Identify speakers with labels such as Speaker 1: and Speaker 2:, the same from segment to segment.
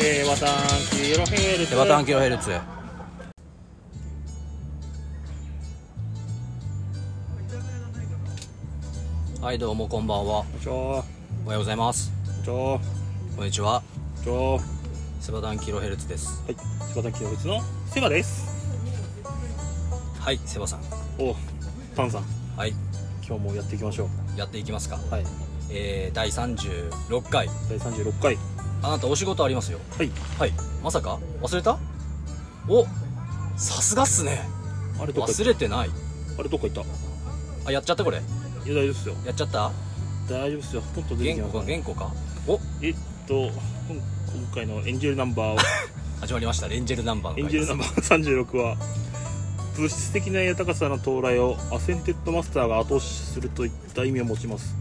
Speaker 1: で、ワタンキロヘルツ。
Speaker 2: でまた半キロヘルツはいどうもこんばんは
Speaker 1: ちょ
Speaker 2: おはようございます
Speaker 1: ちょ
Speaker 2: こんにちは
Speaker 1: ちょ
Speaker 2: セバタンキロヘルツです
Speaker 1: はい、セバタンキロヘルツのセバです。
Speaker 2: はいセバさん
Speaker 1: お、タンさん、
Speaker 2: はい
Speaker 1: 今日もやっていきましょ
Speaker 2: やっていきますか
Speaker 1: う。はい、
Speaker 2: えー、第36回
Speaker 1: 第三十六回。
Speaker 2: あなたお仕事ありますよ
Speaker 1: はい。
Speaker 2: はいまさか忘れたおさすがっすね
Speaker 1: あれどこ行っ
Speaker 2: 忘れてない
Speaker 1: た？あれどこ行った？い
Speaker 2: あやっちゃったこれ
Speaker 1: や大丈夫ですよ。
Speaker 2: やっちゃった
Speaker 1: 大丈夫ですよ。ポンと出てき
Speaker 2: 原
Speaker 1: ま
Speaker 2: 稿
Speaker 1: す
Speaker 2: か原稿かお
Speaker 1: えっと、今今回のエンジェルナンバーを。
Speaker 2: 始まりましたレンジェルナンバー
Speaker 1: エ
Speaker 2: の
Speaker 1: ン
Speaker 2: 回
Speaker 1: ジェ
Speaker 2: で
Speaker 1: ル
Speaker 2: す
Speaker 1: ナンバー36は物質的な豊かさの到来をアセンテッドマスターが後押しするといった意味を持ちます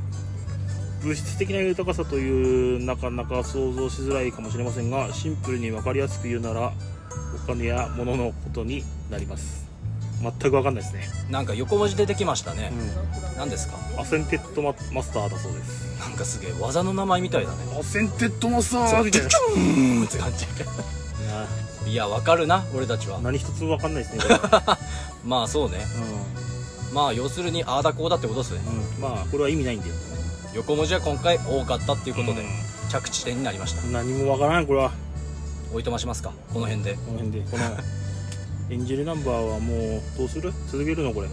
Speaker 1: 物質的な豊かさというなかなか想像しづらいかもしれませんがシンプルに分かりやすく言うならお金や物のことになります全く分かんないですね、
Speaker 2: なんか横文字出てきましたね、何ですか
Speaker 1: アセンテッドママスターだそうです
Speaker 2: なんかすげえ技の名前みたいだね
Speaker 1: アセンテッドマスターみたいな
Speaker 2: うーんって感じいやわかるな俺たちは
Speaker 1: 何一つも分かんないですね これは、
Speaker 2: まあそうねまあ要するにああだこうだってことですね
Speaker 1: うんうんまあこれは意味ないんだよ
Speaker 2: 横文字は今回多かったっていうことで
Speaker 1: う
Speaker 2: 着地点になりました
Speaker 1: ん何も分からんこれは
Speaker 2: おいとましますかこの辺で
Speaker 1: この辺でこのエンジェルナンバーはもうどうする続けるのこれ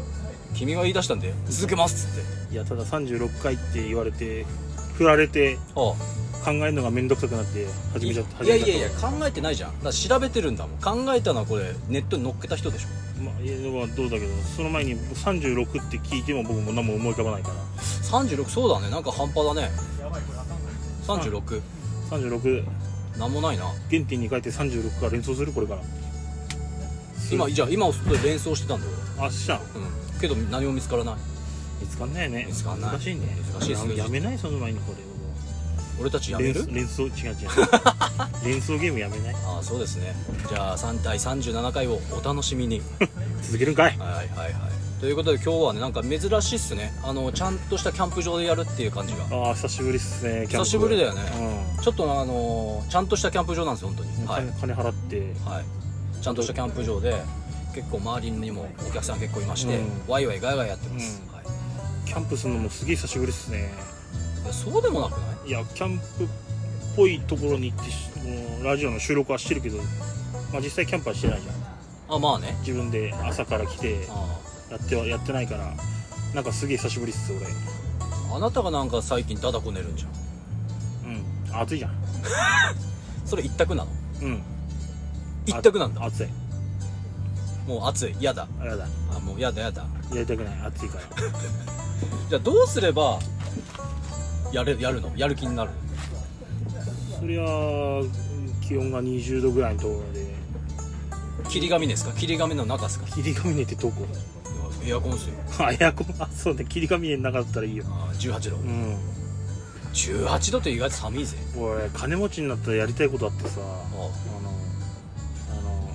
Speaker 2: 君が言い出したんで続けますっつって
Speaker 1: いやただ36回って言われて振られて
Speaker 2: あ
Speaker 1: 考えるのが面倒くさくなって
Speaker 2: あ
Speaker 1: 始めちゃった
Speaker 2: いやいや
Speaker 1: 始
Speaker 2: い
Speaker 1: めちゃ
Speaker 2: や
Speaker 1: っ
Speaker 2: 考えてないじゃんだから調べてるんだもん考えたのはこれネットに載っけた人でしょ
Speaker 1: たまあいやでもどうだけどその前に36って聞いても僕も何も思い浮かばないから
Speaker 2: 36そうだねなんか半端だね36
Speaker 1: 36
Speaker 2: なんもないな
Speaker 1: 原点に書いて36から連想するこれから
Speaker 2: 今じゃあ今を連想してたんだよ
Speaker 1: 明日
Speaker 2: 俺うんけど何も見つからない
Speaker 1: 見つかんないよね
Speaker 2: 見つかんない
Speaker 1: 難しいね
Speaker 2: 難しいっすね
Speaker 1: やめないその前にこれ
Speaker 2: 俺たちや
Speaker 1: 連
Speaker 2: める
Speaker 1: 想連想違う違う 連想ゲームやめない
Speaker 2: ああそうですねじゃあ3対37回をお楽しみに
Speaker 1: 続けるんかい
Speaker 2: はいはいはいということで今日はねなんか珍しいっすねあのちゃんとしたキャンプ場でやるっていう感じが
Speaker 1: ああ久しぶりっすねキャンプ
Speaker 2: 久しぶりだよね
Speaker 1: うん
Speaker 2: ちょっとあのちゃんとしたキャンプ場なんですよ本当にはい
Speaker 1: 金金払って、
Speaker 2: はいちゃんとしたキャンプ場で結構周りにもお客さん結構いまして、
Speaker 1: うん
Speaker 2: ワイワイガイガイやってます、
Speaker 1: うん
Speaker 2: はい、
Speaker 1: キャンプするのもすげえ久しぶりですね
Speaker 2: いやそうでもなくない
Speaker 1: いやキャンプっぽいところに行ってしもうラジオの収録はしてるけど、まあ、実際キャンプはしてないじゃん
Speaker 2: あまあね
Speaker 1: 自分で朝から来て
Speaker 2: あ
Speaker 1: やってはやってないからなんかすげえ久しぶりっす俺
Speaker 2: ああなたがなんか最近ダダこねるんじゃ
Speaker 1: う
Speaker 2: ん
Speaker 1: ん暑いじゃん
Speaker 2: それ一択なの
Speaker 1: うん
Speaker 2: 一択なんだ
Speaker 1: あ暑い
Speaker 2: もう暑い嫌だ
Speaker 1: あやだ
Speaker 2: あもうやだやだ
Speaker 1: やりたくない暑いから
Speaker 2: じゃあどうすればやれやるのやる気になる
Speaker 1: そりゃ気温が20度ぐらいのところで
Speaker 2: 霧紙ですか霧紙の中ですか
Speaker 1: 霧ヶ峰ってどこ
Speaker 2: いやエアコンですよ
Speaker 1: あエアコンあそうね霧ヶ峰の中だったらいいよ
Speaker 2: あ18度
Speaker 1: うん
Speaker 2: 18度って意外と寒いぜ
Speaker 1: 俺金持ちになったらやりたいことあってさ
Speaker 2: ああ
Speaker 1: あのあの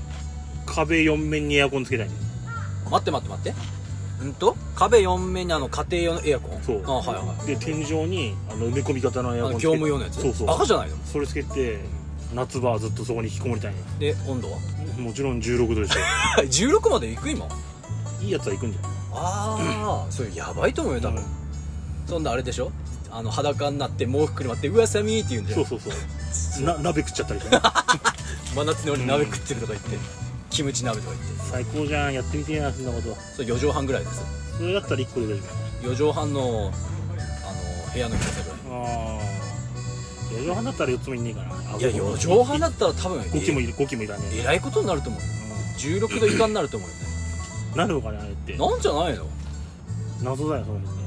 Speaker 1: 壁4面にエアコンつけたいね
Speaker 2: 待って待って待ってうんと壁4面にあの家庭用のエアコン
Speaker 1: そう
Speaker 2: あはいはい
Speaker 1: で天井にあの埋め込み型のエ
Speaker 2: あ
Speaker 1: ア
Speaker 2: の
Speaker 1: コンつけ
Speaker 2: 業
Speaker 1: て
Speaker 2: 務用のやつ
Speaker 1: そうそう
Speaker 2: バカじゃないの
Speaker 1: それつけて夏場はずっとそこに引きこもりたいね
Speaker 2: で温 度は
Speaker 1: もちろん16度でしょ
Speaker 2: 16まで行く今
Speaker 1: いいやつは行くんじゃ
Speaker 2: ああそれやばいと思うよ多
Speaker 1: ない
Speaker 2: 分、そんなあれでしょあの裸になって毛服にまって「うわ寒い」って言うんで
Speaker 1: そうそうそうな鍋食っちゃったりしてね
Speaker 2: 真夏のように鍋食ってるとか言って、キムチ鍋とか言って
Speaker 1: 最高じゃんやってみてえなそんなこと
Speaker 2: それ4畳半ぐらいです
Speaker 1: それだったら1個で大丈
Speaker 2: 4畳半のあの部屋の広さぐら
Speaker 1: 夫ああ4畳半だったら4つもいんねえかない
Speaker 2: いや4畳半だったら多分
Speaker 1: 5機もいる5機もいらね
Speaker 2: え
Speaker 1: え
Speaker 2: えらいことになると思うよ16度以下になると思うよね
Speaker 1: うんなるのかねあれって
Speaker 2: なんじゃないの
Speaker 1: 謎だよその辺ね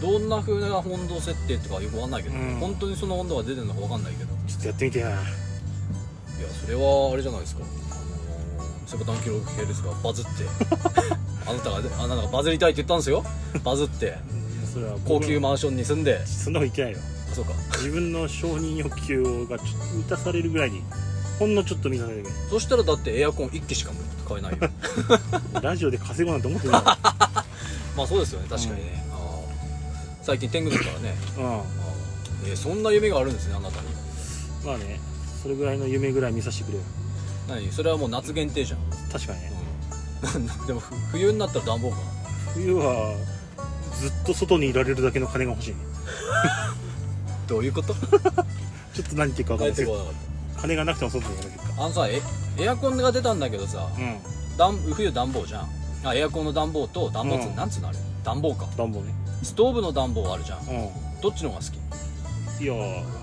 Speaker 2: どんな風な温度設定とかよくわかんないけど、
Speaker 1: うん
Speaker 2: 本当にその温度が出てるのかわかんないけど
Speaker 1: ちょっとやってみてや
Speaker 2: いやそれはあれじゃないですかあのーセブタン記録系ですがバズって あなたがあなたがバズりたいって言ったんですよバズって
Speaker 1: それは僕の
Speaker 2: 高級マンションに住んで
Speaker 1: そんなこと言ってないよ
Speaker 2: あそうか
Speaker 1: 自分の承認欲求がちょっと満たされるぐらいにほんのちょっと満たされるぐ
Speaker 2: そしたらだってエアコン1機しか買えないよ
Speaker 1: らいラジオで稼ごうなんて思ってない
Speaker 2: まあそうですよね確かにね、あー 最近天狗ですからね
Speaker 1: うん
Speaker 2: あーえーそんな夢があるんですねあなたに
Speaker 1: まあねそれぐらいの夢ぐらい見させてくれよ
Speaker 2: 何それはもう夏限定じゃん、
Speaker 1: 確かにね
Speaker 2: うん、で もふ冬になったら暖房か
Speaker 1: 冬はずっと外にいられるだけの金が欲しいね
Speaker 2: どういうこと
Speaker 1: ちょっと何言ってるか分かん
Speaker 2: 帰
Speaker 1: な
Speaker 2: っ
Speaker 1: いけ
Speaker 2: てこ
Speaker 1: ど
Speaker 2: なかっ
Speaker 1: 金がなくても外にいられるか
Speaker 2: たあのさえエアコンが出たんだけどさ
Speaker 1: うん
Speaker 2: 暖冬暖房じゃんあエアコンの暖房と暖房つ、
Speaker 1: うん
Speaker 2: なんつうのあれ暖房か
Speaker 1: 暖房ね
Speaker 2: ストーブの暖房あるじゃん
Speaker 1: う
Speaker 2: どっちの方が好き
Speaker 1: んいや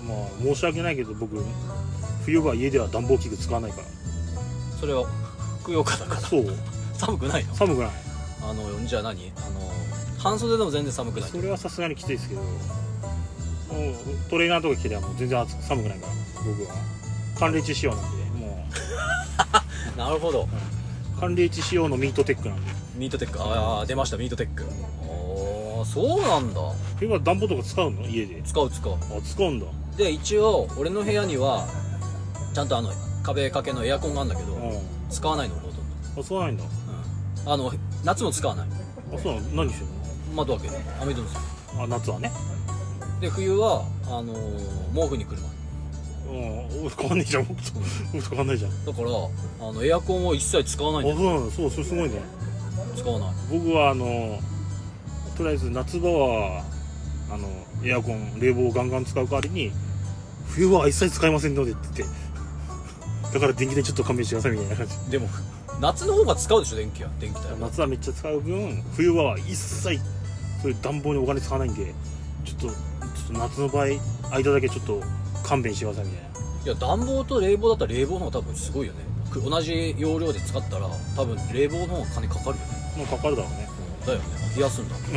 Speaker 1: まあ申し訳ないけど僕冬は家では暖房器具使わないから
Speaker 2: それは服用かだから
Speaker 1: そう
Speaker 2: 寒くないの
Speaker 1: 寒くない
Speaker 2: あのじゃあ何あの半袖でも全然寒くない
Speaker 1: それはさすがにきついですけどもうトレーナーとか着てりゃもう全然暑く寒くないから僕は寒冷地仕様なんでも
Speaker 2: なるほど
Speaker 1: う寒冷地仕様のミートテックなんで
Speaker 2: ミートテックああ出ましたミートテックおーそうなんだ
Speaker 1: 冬は暖房とか使うの家で
Speaker 2: 使う使う
Speaker 1: あ使うんだ
Speaker 2: で一応俺の部屋にはちゃんとあの壁掛けのエアコンがあるんだけど、
Speaker 1: うん
Speaker 2: 使わないのほとんど、
Speaker 1: あ使わないんだ
Speaker 2: うん、あの夏も使わない
Speaker 1: あそうなの何してん
Speaker 2: 窓開けて網戸にする
Speaker 1: のあ夏はね
Speaker 2: で冬はあのー毛布にくるまる
Speaker 1: うん俺変わんねえじゃん僕と僕と変わんないじゃんあ
Speaker 2: だからあのエアコンを一切使わないんだよ
Speaker 1: そうなのそうそれすごいね
Speaker 2: 使わない
Speaker 1: 僕はあのとりあえず夏場はあのエアコン冷房をガンガン使う代わりに冬は一切使いませんのでって言ってだから電気代ちょっと勘弁してくださいみたいな感じ
Speaker 2: でも夏の方が使うでしょ電気は電気代は
Speaker 1: 夏はめっちゃ使う分冬は一切そういう暖房にお金使わないんでちょっとちょっと夏の場合間だけちょっと勘弁してくださいみたいない
Speaker 2: や暖房と冷房だったら冷房の方が多分すごいよねく同じ容量で使ったら多分冷房の方が金かかるよね
Speaker 1: もうかかるだろうね
Speaker 2: だよね冷やすんだ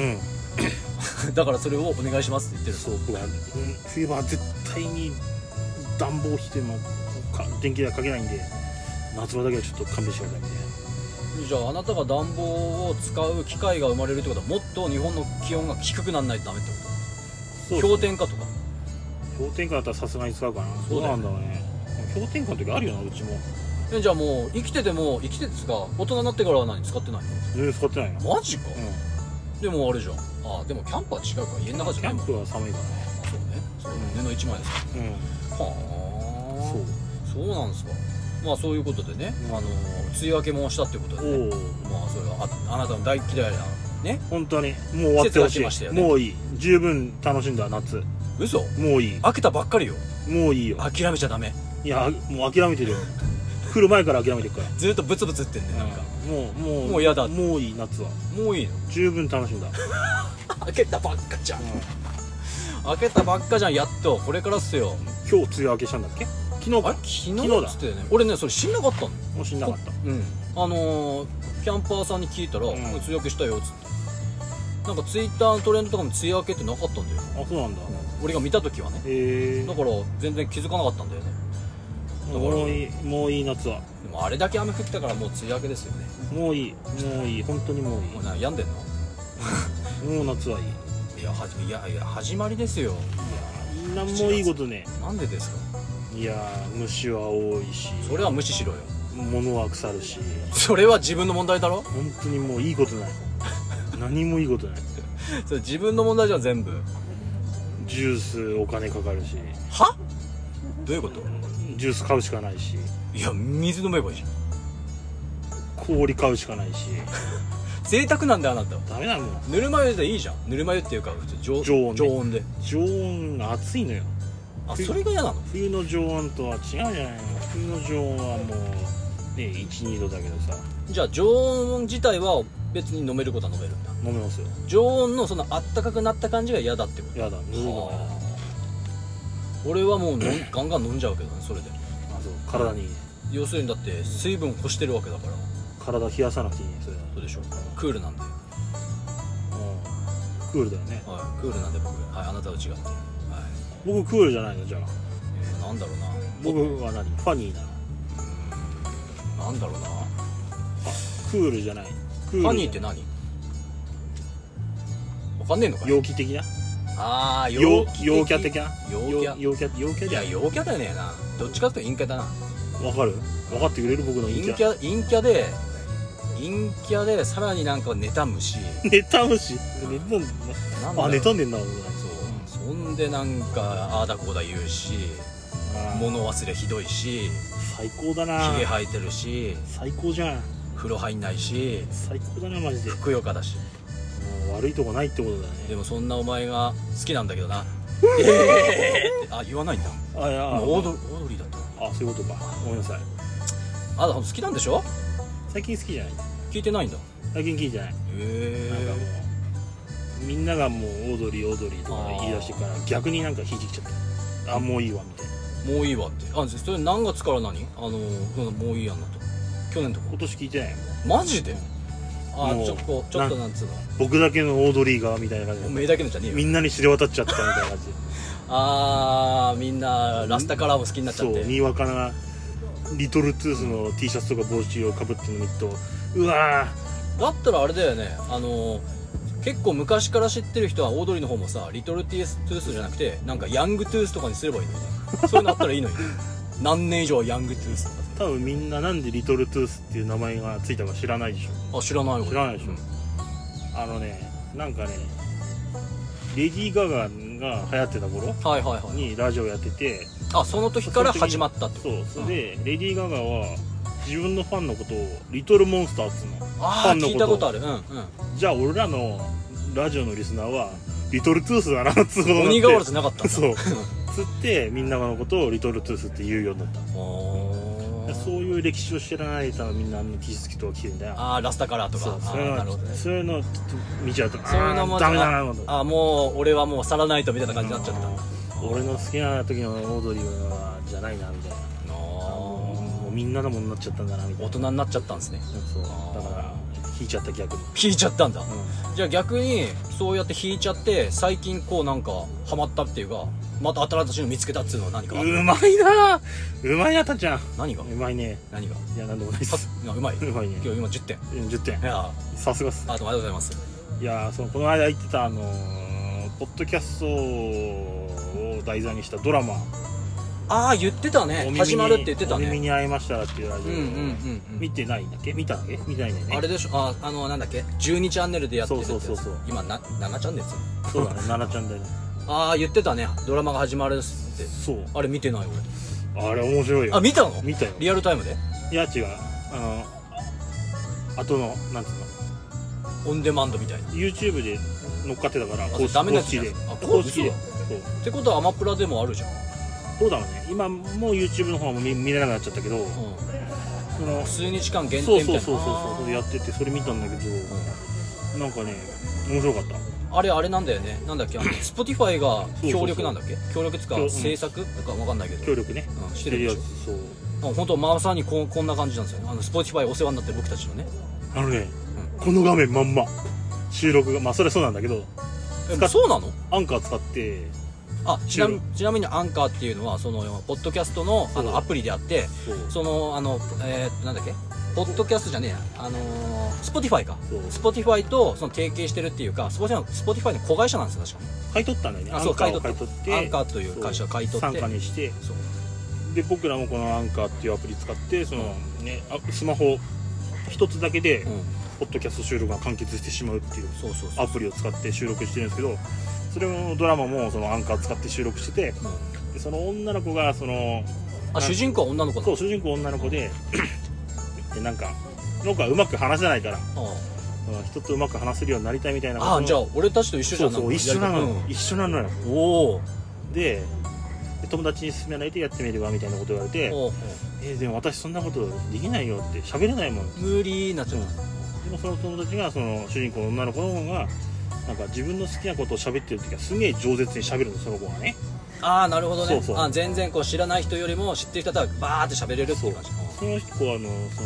Speaker 1: うん
Speaker 2: だからそれをお願いしますって言ってる
Speaker 1: そう僕は、うん、冬場は絶対に暖房費というのか電気代はかけないんで夏場だけはちょっと勘弁してくださいみたいな
Speaker 2: じゃああなたが暖房を使う機会が生まれるってことはもっと日本の気温が低くならないとダメってこ
Speaker 1: そう
Speaker 2: と
Speaker 1: ですね
Speaker 2: 氷点下とか
Speaker 1: 氷点下だったらさすがに使うかな
Speaker 2: そうだよね
Speaker 1: どうなんだろうね氷点下の時あるよなうちも
Speaker 2: えじゃあもう生きてても生きててですか大人になってからは何使ってない
Speaker 1: 全然使ってないな、
Speaker 2: のマジか、
Speaker 1: う
Speaker 2: でもあれじゃんあでもキャンプは違うから家の中
Speaker 1: ん、
Speaker 2: じ
Speaker 1: キャ
Speaker 2: ゃない
Speaker 1: ン
Speaker 2: もん
Speaker 1: プは寒いか
Speaker 2: あそうねそう胸の一枚ですから
Speaker 1: ね
Speaker 2: は
Speaker 1: うん
Speaker 2: あ
Speaker 1: そう
Speaker 2: そうなんですかまあそういうことでね、
Speaker 1: うん
Speaker 2: あの梅雨明けもしたってことで、ね、
Speaker 1: おお
Speaker 2: まあそれはああなたの大嫌いなね
Speaker 1: 本当にもう終わってほし
Speaker 2: 季節が来
Speaker 1: い
Speaker 2: ましたよね
Speaker 1: もういい十分楽しんだ夏
Speaker 2: 嘘
Speaker 1: もういい
Speaker 2: 開けたばっかりよ
Speaker 1: もういいよ
Speaker 2: 諦めちゃダメ
Speaker 1: いやもう諦めてるよ来る前から諦めてるから
Speaker 2: ずっとブツブツってんねなんか、
Speaker 1: もうもう
Speaker 2: もう嫌だ
Speaker 1: もういい夏は
Speaker 2: もういいの
Speaker 1: 十分楽しんだ、う
Speaker 2: 開けたばっかじゃん
Speaker 1: ん
Speaker 2: 開けたばっかじゃんやっとこれからっすよ
Speaker 1: 今日梅雨明けしたんだっけ昨日
Speaker 2: あれ
Speaker 1: か
Speaker 2: 昨日
Speaker 1: 昨日だ
Speaker 2: っつってね俺ねそれ知んなかったの
Speaker 1: もう死んなかった
Speaker 2: うんあのーキャンパーさんに聞いたら「
Speaker 1: うん
Speaker 2: 梅雨明けしたよ」っつってなんかツイッターのトレンドとかも梅雨明けってなかったんだよ
Speaker 1: あそうなんだ、
Speaker 2: 俺が見た時はね
Speaker 1: え
Speaker 2: だから全然気づかなかったんだよね
Speaker 1: ー、もういいもういい夏は
Speaker 2: でもあれだけ雨降ったからもう梅雨明けですよね
Speaker 1: もういいもういい本当にもういい
Speaker 2: もうな病んでんの
Speaker 1: もう夏はいい。い
Speaker 2: いやはじいやいや始まりですよ
Speaker 1: や、なんもいいことね。
Speaker 2: なんでですか
Speaker 1: いやー、虫は多いし、
Speaker 2: それは無視しろよ
Speaker 1: 物は腐るし、
Speaker 2: それは自分の問題だろ
Speaker 1: 本当にもういいことない。何もいいことない。
Speaker 2: それ自分の問題じゃん全部
Speaker 1: ジュースお金かかるし、
Speaker 2: はどういうこと
Speaker 1: ジュース買うしかないし、
Speaker 2: いや水飲めばいいじゃん
Speaker 1: 氷買うしかないし、
Speaker 2: 贅沢なんだよあなたは
Speaker 1: ダメだもん。
Speaker 2: ぬるま湯でいいじゃんぬるま湯っていうか普通常
Speaker 1: 常温ね
Speaker 2: 常温で
Speaker 1: 常温が暑いのよ。
Speaker 2: あそれが嫌なの
Speaker 1: 冬の常温とは違うじゃないの。冬の常温はもう、ね、1、2度だけどさ、
Speaker 2: じゃあ常温自体は別に飲めることは飲めるんだ
Speaker 1: 飲めますよ。
Speaker 2: 常温のそのあったかくなった感じが嫌だってこと
Speaker 1: やだ、ぬるいのがやだ
Speaker 2: はあ俺はもう飲ん ガンガン飲んじゃうけどねそれで
Speaker 1: あそう体にいいね、
Speaker 2: 要するにだって水分欲してるわけだから
Speaker 1: 体冷やさなくていいね、それは。
Speaker 2: そうでしょクールなんで、
Speaker 1: うんクールだよね
Speaker 2: はい、クールなんで僕はいあなたは違って、はい
Speaker 1: 僕クールじゃないのじゃあ
Speaker 2: えーなんだろうな
Speaker 1: 僕は何ファニーなの
Speaker 2: なんだろうな
Speaker 1: クールじゃないクール
Speaker 2: ファニーって何わかんねえのかよ
Speaker 1: 陽気的な
Speaker 2: ああ
Speaker 1: 陽陽キャ的な
Speaker 2: 陽キャ
Speaker 1: 陽陽キャ陽キャ
Speaker 2: い
Speaker 1: じゃな
Speaker 2: や
Speaker 1: い
Speaker 2: 陽キャだよねえなどっちかっていうと陰キャだな
Speaker 1: わかる分かってくれる僕の陰
Speaker 2: 陰
Speaker 1: キ
Speaker 2: キ
Speaker 1: ャ
Speaker 2: ャ陰キャで陰キャでさらになんか妬むし
Speaker 1: ネタ虫ネタ
Speaker 2: なんだろう
Speaker 1: あネタんでんな俺
Speaker 2: そうそんでなんかああだこうだ言うし
Speaker 1: な
Speaker 2: 物忘れひどいし
Speaker 1: 最高だな
Speaker 2: ひげ生えてるし
Speaker 1: 最高じゃん
Speaker 2: 風呂入んないし
Speaker 1: 最高だなマジで
Speaker 2: ふくよかだし
Speaker 1: もう悪いとこないってことだ
Speaker 2: で
Speaker 1: ね
Speaker 2: もそんなお前が好きなんだ けどな「えーってあ言わないんだ
Speaker 1: あいや
Speaker 2: も
Speaker 1: あ
Speaker 2: うオードオードリーだった
Speaker 1: あそういうことかごめんなさい
Speaker 2: あなた好きなんでしょ
Speaker 1: 最近好きじゃない
Speaker 2: 聞いてないんだへ
Speaker 1: 最近聞いてないなんかも
Speaker 2: え
Speaker 1: うみんながもうオードリーオードリーとか言い出してから逆になんかひじきちゃったあもういいわみたいな
Speaker 2: もういいわってあそれ何月から何あのそのもういいやんだと去年とか
Speaker 1: 今年聞いてないよ
Speaker 2: マジであ
Speaker 1: もう
Speaker 2: ちょっとちょっとなんつうの
Speaker 1: 僕だけのオードリーがみたいな感
Speaker 2: お
Speaker 1: じで
Speaker 2: めえだけのじゃねえ
Speaker 1: み
Speaker 2: よ
Speaker 1: んなに知れ渡っちゃったみたいな感じで
Speaker 2: あーみんなラスタカラーも好きになっちゃ
Speaker 1: そ
Speaker 2: っ
Speaker 1: う
Speaker 2: て
Speaker 1: にわかなリトルトゥースの T シャツとか帽子をかぶって飲みとうわ
Speaker 2: だったらあれだよねあの結構昔から知ってる人はオードリーの方もさリトルティーストゥースじゃなくてなんかヤングトゥースとかにすればいいのにねそういうのあったらい いのにね何年以上はヤングトゥースとか
Speaker 1: ー多分みんななんでリトルトゥースっていう名前がついたか知らないでしょ
Speaker 2: さあ知らないわ
Speaker 1: 知らないでしょ
Speaker 2: うん
Speaker 1: あのねなんかねレディー・ガガが流行ってた頃
Speaker 2: はいはいはい
Speaker 1: にラジオやってて
Speaker 2: あその時から始まったってこと
Speaker 1: そうそれでレディー・ガガは自分のファンのことをリトルモンスターっつうの
Speaker 2: ああ
Speaker 1: ファンの
Speaker 2: 聞いたことあるうんうん
Speaker 1: じゃあ俺らのラジオのリスナーはリトルトゥースだなっつうことになって
Speaker 2: 鬼瓦じゃなかったんだ
Speaker 1: そうつってみんなのことをリトルトゥースって言うようになった
Speaker 2: おー
Speaker 1: そういう歴史を知らないからみんなあの T シャツ着とか着てんだよ
Speaker 2: ああラスタカラーと
Speaker 1: そ
Speaker 2: か
Speaker 1: う
Speaker 2: あ
Speaker 1: そういう
Speaker 2: ーなる
Speaker 1: の
Speaker 2: ほどね
Speaker 1: そういうのちょっと見ちゃうと
Speaker 2: そういうの
Speaker 1: あ
Speaker 2: も
Speaker 1: ーダメだなと思って
Speaker 2: あーもう俺はもう去らないとみたいな感じになっちゃった
Speaker 1: あー俺の好きな時のオードリーはじゃないなみたいなもうみんなのものになっちゃったんだなみたい
Speaker 2: 大
Speaker 1: な
Speaker 2: 人になっちゃったんですね
Speaker 1: そうだから引いちゃった逆に、
Speaker 2: 引いちゃったんだじゃあ逆にそうやって引いちゃって最近こうなんかハマったっていうかまた新しいの見つけたっつうのは何か
Speaker 1: うまいなうまいなたっちゃん
Speaker 2: 何が
Speaker 1: うまいね
Speaker 2: 何が
Speaker 1: いやなんでもないっ
Speaker 2: さ
Speaker 1: す
Speaker 2: いやうまいう
Speaker 1: まいね
Speaker 2: 今日今10点い
Speaker 1: うん10点
Speaker 2: や
Speaker 1: さすがっす
Speaker 2: ああとありがとうございます
Speaker 1: いやーそのこの間言ってたあのーポッドキャストを題材にしたドラマ
Speaker 2: ああ言ってた
Speaker 1: お
Speaker 2: ね
Speaker 1: 耳に
Speaker 2: 始まるって言ってた
Speaker 1: お耳
Speaker 2: ね
Speaker 1: に会いましたらっていうラジ
Speaker 2: う
Speaker 1: オ、
Speaker 2: んうんうんうん
Speaker 1: 見てないんだっけ見たんだっけ見てないんだよね
Speaker 2: あれでしょああのなんだっけ12チャンネルでやってるってやつ
Speaker 1: そうそうそうそう
Speaker 2: 今な7チャンネルですよ
Speaker 1: そうだね奈々ちゃんだよね
Speaker 2: ああ言 ってたねドラマが始まるっすって
Speaker 1: そう
Speaker 2: あれ見てない
Speaker 1: あれ面白い
Speaker 2: 俺
Speaker 1: よ
Speaker 2: あ見たの
Speaker 1: 見たよ
Speaker 2: リアルタイムで
Speaker 1: いや違うあの後のなんつうの
Speaker 2: オンデマンドみたいな
Speaker 1: YouTube で乗っかってたから
Speaker 2: あ
Speaker 1: 公式
Speaker 2: ダメな
Speaker 1: 公
Speaker 2: やつ
Speaker 1: 式
Speaker 2: じゃん
Speaker 1: で
Speaker 2: あ
Speaker 1: 公式で
Speaker 2: 嘘
Speaker 1: そう
Speaker 2: ってことはアマプラでもあるじゃん、
Speaker 1: そうだろうね今もう YouTube の方も見見れなくなっちゃったけど
Speaker 2: うん、
Speaker 1: その
Speaker 2: 数日間限
Speaker 1: そう
Speaker 2: 定みたい
Speaker 1: そう
Speaker 2: な
Speaker 1: そうそうそうそれやっててそれ見たんだけど、なんかね面白かった
Speaker 2: あれあれなんだよねなんだっけ あの Spotify が
Speaker 1: そう
Speaker 2: 協力なんだっけ協力つか
Speaker 1: 協うん
Speaker 2: 制作とかわかんないけど
Speaker 1: 協力ね
Speaker 2: うんし
Speaker 1: して
Speaker 2: て
Speaker 1: る
Speaker 2: るで
Speaker 1: や
Speaker 2: し
Speaker 1: つそう
Speaker 2: ょうん本当まさにこうこんな感じなんですよねあの Spotify お世話になってる僕たちのね
Speaker 1: あのね、この画面まんま収録がまあそれはそうなんだけど使
Speaker 2: え
Speaker 1: っ
Speaker 2: そうなの
Speaker 1: アンカー使って
Speaker 2: あちなみちなみにアンカーっていうのはそのポッドキャストのあ
Speaker 1: そう
Speaker 2: のアプリであって
Speaker 1: そう
Speaker 2: そのあのえーっとなんだっけポッドキャストじゃねえやあのー、Spotify か
Speaker 1: そう
Speaker 2: Spotify とその提携してるっていうか Spotify の Spotify の子会社なんですよ確か
Speaker 1: 買い取ったんだよね
Speaker 2: あ
Speaker 1: ア
Speaker 2: そう
Speaker 1: ンカーを
Speaker 2: 買
Speaker 1: 買
Speaker 2: い
Speaker 1: い
Speaker 2: 取
Speaker 1: 取
Speaker 2: っ
Speaker 1: って
Speaker 2: てアンカーという会社を買い取って
Speaker 1: 参加にして
Speaker 2: そう
Speaker 1: で僕らもこのアンカーっていうアプリ使ってそのねあスマホ一つだけで、
Speaker 2: うん
Speaker 1: ポッドキャスト収録が完結してしまうっていう
Speaker 2: そうそうそう
Speaker 1: アプリを使って収録してるんですけどそれもドラマもそのアンカー使って収録してて
Speaker 2: うん
Speaker 1: でその女の子がその
Speaker 2: あ主人公は女の子な
Speaker 1: そ
Speaker 2: の
Speaker 1: う主人公女の子で でなんかなんかうまく話せないからうん人とうまく話せるようになりたいみたいなこと
Speaker 2: ああじゃあ俺たちと一緒じ
Speaker 1: そ
Speaker 2: ゃ
Speaker 1: うんそう一緒なのよ一緒なのよ
Speaker 2: うんおー
Speaker 1: でで友達に勧められてやってみればみたいなこと言われて
Speaker 2: おーおー
Speaker 1: 「えーでも私そんなことできないよ」って喋れないもんで
Speaker 2: 無理になっちゃった
Speaker 1: もその友達がその主人公の女の子の方がなんか自分の好きなことを喋ってる時はすげえ饒舌に喋るのその子がね
Speaker 2: ああなるほどね
Speaker 1: そうそう
Speaker 2: あ全然こう知らない人よりも知ってる人だったらバーって喋れるっていう感じ
Speaker 1: その子はあのそ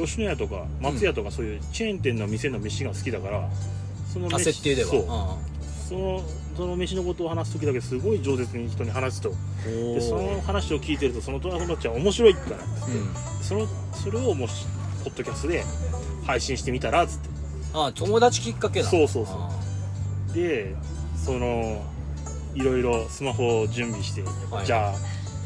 Speaker 1: の吉野家とか松屋とかそういうチェーン店の店の飯が好きだから、その
Speaker 2: あ
Speaker 1: 飯
Speaker 2: 設定では
Speaker 1: そうそのその飯のことを話す時だけすごい饒舌に人に話すと
Speaker 2: うんお
Speaker 1: でその話を聞いてるとそのドラマたちは面白いから
Speaker 2: うん
Speaker 1: そのそれをもうしポッドキャストで配信してみたらっつって
Speaker 2: ああ友達きっかけだ
Speaker 1: そうそうそう
Speaker 2: あ
Speaker 1: でそのいろいろスマホを準備して、
Speaker 2: はい
Speaker 1: じゃあ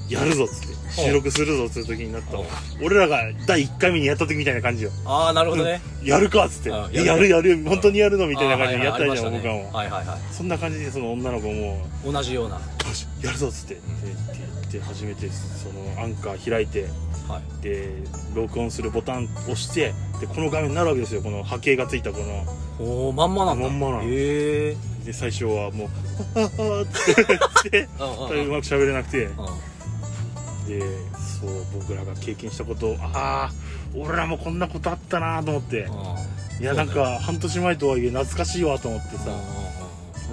Speaker 1: やるぞっつって収録するぞっつう時になった俺らが第1回目にやった時みたいな感じよ
Speaker 2: ああなるほどね
Speaker 1: やるかっつって
Speaker 2: うん
Speaker 1: えやるやる
Speaker 2: ん
Speaker 1: 本当にやる のみ
Speaker 2: み
Speaker 1: たいな感じでやったじゃん僕
Speaker 2: 僕
Speaker 1: は
Speaker 2: は
Speaker 1: も
Speaker 2: もはいはいは
Speaker 1: うそんな感じでその女の子も
Speaker 2: い同じような
Speaker 1: よしやるぞっつってって言って初めてそのアンカー開いて
Speaker 2: はい
Speaker 1: で録音するボタン押してでこの画面になるわけですよこの波形がついたこの
Speaker 2: おおまんまなんだ
Speaker 1: まんまなの
Speaker 2: へえ
Speaker 1: で最初はもう「ああ」って 言って
Speaker 2: うんうん
Speaker 1: う
Speaker 2: うん
Speaker 1: まく喋れなくて
Speaker 2: うん
Speaker 1: でそう僕らが経験したことをああ俺らもこんなことあったなと思っていやなんか半年前とはいえ懐かしいわと思ってさ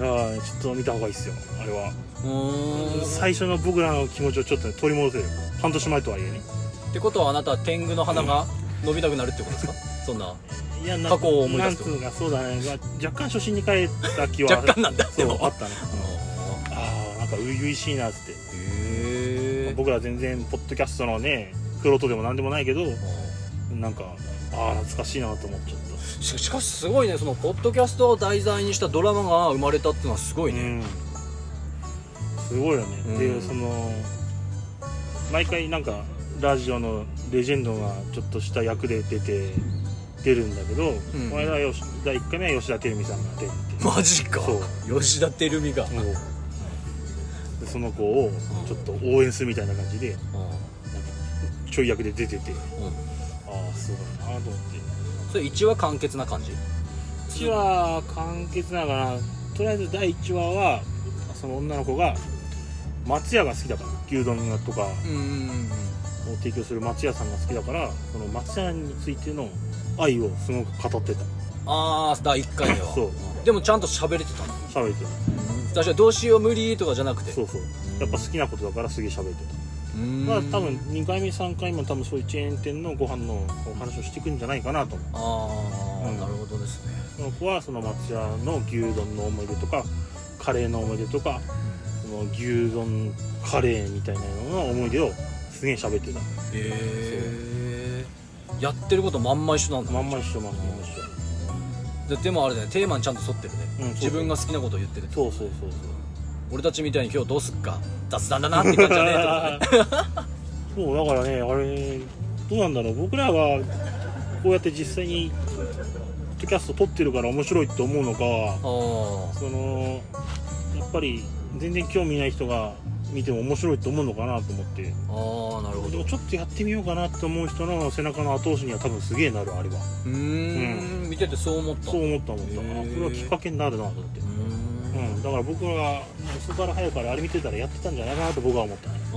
Speaker 1: あーちょっと見た方がいいっすよあれは
Speaker 2: うんうんうんうーん
Speaker 1: 最初の僕らの気持ちをちょっと、ね、取り戻せる半年前とはいえね
Speaker 2: ってことはあなたは天狗の花が伸びなくなるってことですかそんない
Speaker 1: やな
Speaker 2: 過去を思い出す
Speaker 1: なんつうかそうだね、まあ、若干初心に帰った気は
Speaker 2: 若干なんだ
Speaker 1: そ
Speaker 2: で
Speaker 1: う
Speaker 2: も
Speaker 1: あったね
Speaker 2: あ
Speaker 1: ああなんか初々しいなっつって
Speaker 2: ーへえ
Speaker 1: 僕ら全然ポッドキャストのね黒とでもなんでもないけどなんかああ懐かしいなと思っちゃっ
Speaker 2: ししかしすごいねそのポッドキャストを題材にしたドラマが生まれたっていうのはすご
Speaker 1: た、
Speaker 2: いね、
Speaker 1: うん、すごいよね、
Speaker 2: うん
Speaker 1: でその毎回なんかラジオのレジェンドがちょっとした役で出て出るんだけど、
Speaker 2: ん
Speaker 1: この間は吉第1回目は吉田照美さんが出てて
Speaker 2: マジか吉田照美が、
Speaker 1: もうでその子をちょっと応援するみたいな感じでちょい役で出てて
Speaker 2: うんうん
Speaker 1: ああそうだなと思って
Speaker 2: それ1話完結な感じ
Speaker 1: 1話完結なのかなとりあえず第1話はその女の子が松屋が好きだから牛丼とかを
Speaker 2: うん
Speaker 1: 提供する松屋さんが好きだからその松屋についての愛をすごく語ってた
Speaker 2: ああ第1回では
Speaker 1: そうん
Speaker 2: でもちゃんと喋れてたの
Speaker 1: 喋って
Speaker 2: 私はどうしよう無理とかじゃなくて
Speaker 1: たそうそうやっぱ好きなことだからすげえ喋って
Speaker 2: う
Speaker 1: た
Speaker 2: ん
Speaker 1: まあ多分2回目3回目も多分そういうチェーン店のご飯のお話をしていくんじゃないかなと思う
Speaker 2: ああ、
Speaker 1: うん
Speaker 2: なるほどですね
Speaker 1: その子はその松屋の牛丼の思い出とかカレーの思い出とかその牛丼カレーみたいなのの思い出をすげえ喋ってた
Speaker 2: へえやってることまんま一緒なんだ
Speaker 1: まんま一緒まんま一緒
Speaker 2: ででもあれだねテーマにちゃんと沿ってるね、
Speaker 1: うんそうそう
Speaker 2: 自分が好きなことを言ってる
Speaker 1: そうそうそう
Speaker 2: 俺たちみたいに今日どうすっか雑談だなって感じじゃ ねえってことね
Speaker 1: そうそうだからねあれどうなんだろう僕らがこうやって実際にポッドキャスト撮ってるから面白いって思うのか
Speaker 2: あ
Speaker 1: そのやっぱり全然興味ない人が見ても面白いと思うのかなと思って
Speaker 2: ーあーなるほ
Speaker 1: で
Speaker 2: ど
Speaker 1: も
Speaker 2: う
Speaker 1: ちょっとやってみようかなって思う人の背中の後押しには多分すげえなるあれは
Speaker 2: ーん見ててそう思った
Speaker 1: そう
Speaker 2: う
Speaker 1: 思った思った、
Speaker 2: へ
Speaker 1: あ
Speaker 2: ー
Speaker 1: これはきっかけになるなと思って
Speaker 2: ーん
Speaker 1: うん、だから僕は遅から早からあれ見てたらやってたんじゃないかなと僕は思ったね
Speaker 2: あー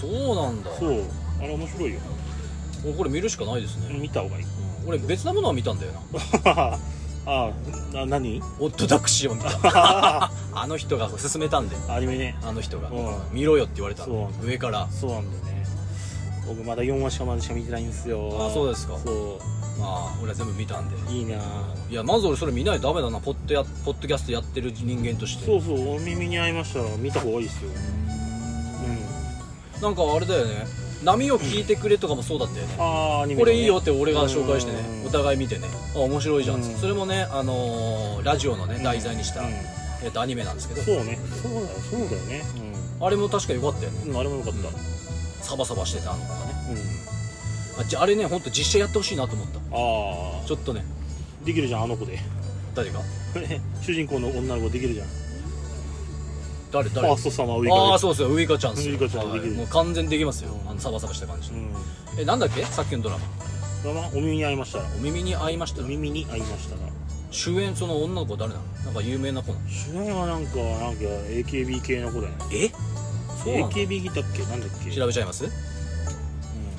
Speaker 2: そうなんだ
Speaker 1: そうあれ面白いよ
Speaker 2: 俺これ見るしかないですね、
Speaker 1: 見た方がいい
Speaker 2: うん俺別なものは見たんだよな
Speaker 1: ああな何
Speaker 2: オットタクシーを見 たあの人が勧めたんで
Speaker 1: アニメね
Speaker 2: あの人が、
Speaker 1: うん
Speaker 2: 見ろよって言われた
Speaker 1: そう
Speaker 2: 上から
Speaker 1: そうなんだよね僕まだ4話しかまでしか見てないんですよ
Speaker 2: あそうですか
Speaker 1: そ
Speaker 2: まあ俺は全部見たんで
Speaker 1: ういいない
Speaker 2: やまず俺それ見ないとダメだなポッドやポッドキャストやってる人間として
Speaker 1: そうそうお耳に合いましたら見た方がいいですようん
Speaker 2: なんかあれだよね波を聞いてくれとかもそうだったよね、
Speaker 1: ああアニメ、ね、
Speaker 2: これいいよって俺が紹介してね
Speaker 1: うん
Speaker 2: お互い見てねあ面白いじゃんっつって、
Speaker 1: うん
Speaker 2: それもねあのーラジオのね題材にした、
Speaker 1: うん
Speaker 2: えっとアニメなんですけど
Speaker 1: そうねそうだよそうだよね
Speaker 2: あれも確か良かったよね
Speaker 1: うん、うん、あれもよかった、
Speaker 2: うんサバサバしてたあの子がね
Speaker 1: うん
Speaker 2: あじゃああれねほんと実写やってほしいなと思った
Speaker 1: ああ
Speaker 2: ちょっとね
Speaker 1: できるじゃんあの 子で
Speaker 2: 誰が
Speaker 1: 主人公の女の子できるじゃん
Speaker 2: 誰
Speaker 1: フ
Speaker 2: 誰
Speaker 1: ァーストサマーウイカ
Speaker 2: ああそうそうウイカちゃんっすよ
Speaker 1: ウイカちゃんできる
Speaker 2: もう完全にできますよあのサバサバした感じ、
Speaker 1: うん
Speaker 2: えなんだっけさっきのドラマ
Speaker 1: まあまあお耳に合いましたら
Speaker 2: 「お耳に合いました
Speaker 1: お」耳に合いましたら
Speaker 2: 主演その女の子誰なのなんか有名な子なの
Speaker 1: 主演はなんかなんか AKB 系の子だよね
Speaker 2: えそうなの
Speaker 1: AKB ギタっけなんだっけ
Speaker 2: 調べちゃいます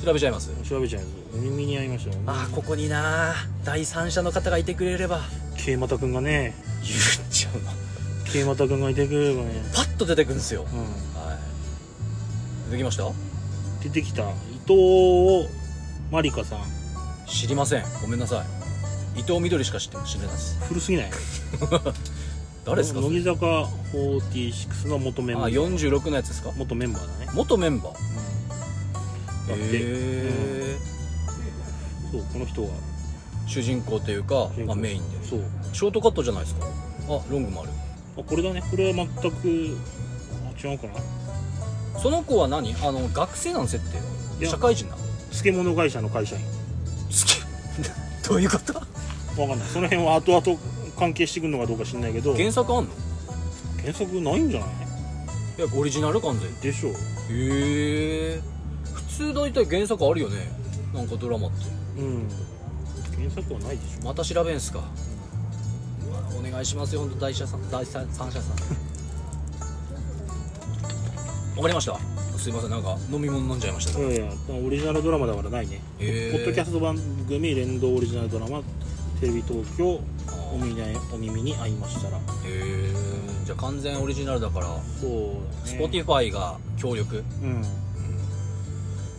Speaker 2: 調べちゃいます
Speaker 1: うん調べちゃいますお耳に合いましたら
Speaker 2: あーここにな第三者の方がいてくれれば
Speaker 1: 桂又くんがね
Speaker 2: 言っちゃうな
Speaker 1: 桂又くんがいてくれればね、
Speaker 2: パッと出てくるんですよ
Speaker 1: う
Speaker 2: はい出てきました
Speaker 1: ん、出てきた伊藤まりかさん
Speaker 2: 知りませんごめんなさい伊藤みどりしか知って知らないです
Speaker 1: 古すぎない
Speaker 2: 誰ですかそ
Speaker 1: 乃
Speaker 2: れ
Speaker 1: 木坂46の元メン
Speaker 2: あ
Speaker 1: バー
Speaker 2: 46のやつですか
Speaker 1: 元メンバーだね
Speaker 2: 元メンバー
Speaker 1: だって
Speaker 2: へ
Speaker 1: そうこの人が
Speaker 2: ー主人公というか、
Speaker 1: 主人公
Speaker 2: まあ、メインで
Speaker 1: そう
Speaker 2: ショートカットじゃないですかあロングもある
Speaker 1: あこれだねこれは全くあ違うかな
Speaker 2: その子は何あの学生なん設
Speaker 1: い
Speaker 2: 定
Speaker 1: や
Speaker 2: 社会人なの
Speaker 1: 漬物会社の会社員
Speaker 2: 好き どういうこと
Speaker 1: わかんないその辺は後々関係してくるのかどうか知んないけど
Speaker 2: 原作あんの
Speaker 1: 原作ないんじゃない
Speaker 2: いやオリジナル完全に
Speaker 1: でしょう
Speaker 2: へえ普通大体原作あるよねなんかドラマって
Speaker 1: うん原作はないでし
Speaker 2: また調べんすかうわお願いしますよ本当第三者さん第三三者さん わかりましたすいませんなんか飲み物飲んじゃいました
Speaker 1: ょいやいやオリジナルドラマだからないね
Speaker 2: え
Speaker 1: ポッドキャスト番組連動オリジナルドラマテレビ東京お
Speaker 2: へ
Speaker 1: 耳にお耳に合いましたら
Speaker 2: えじゃあ完全オリジナルだから
Speaker 1: そうだね
Speaker 2: Spotify が協力
Speaker 1: うん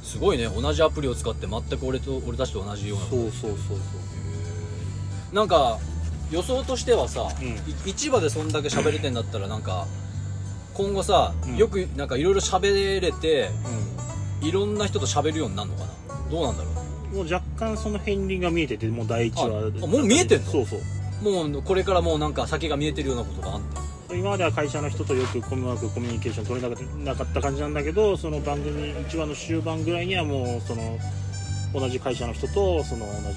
Speaker 2: すごいね同じアプリを使って全く俺と俺たちと同じような
Speaker 1: そうそうそうそう
Speaker 2: なんか予想としてはさ、
Speaker 1: うん
Speaker 2: い市場でそんだけ喋れてんだったらなんか今後さ、
Speaker 1: うん
Speaker 2: よくなんかいろいろ喋れて
Speaker 1: う
Speaker 2: いろんな人と喋るようになるのかなどうなんだろ
Speaker 1: んもう若干その片鱗が見えててもう第一話
Speaker 2: あもう見えてんの
Speaker 1: そうそう
Speaker 2: うもうこれからもうなんか先が見えてるようなことがあんだ
Speaker 1: 今までは会社の人とよくコミュコミュニケーション取れなかったなかった感じなんだけどその番組1話の終盤ぐらいにはもうその同じ会社の人とその同じなん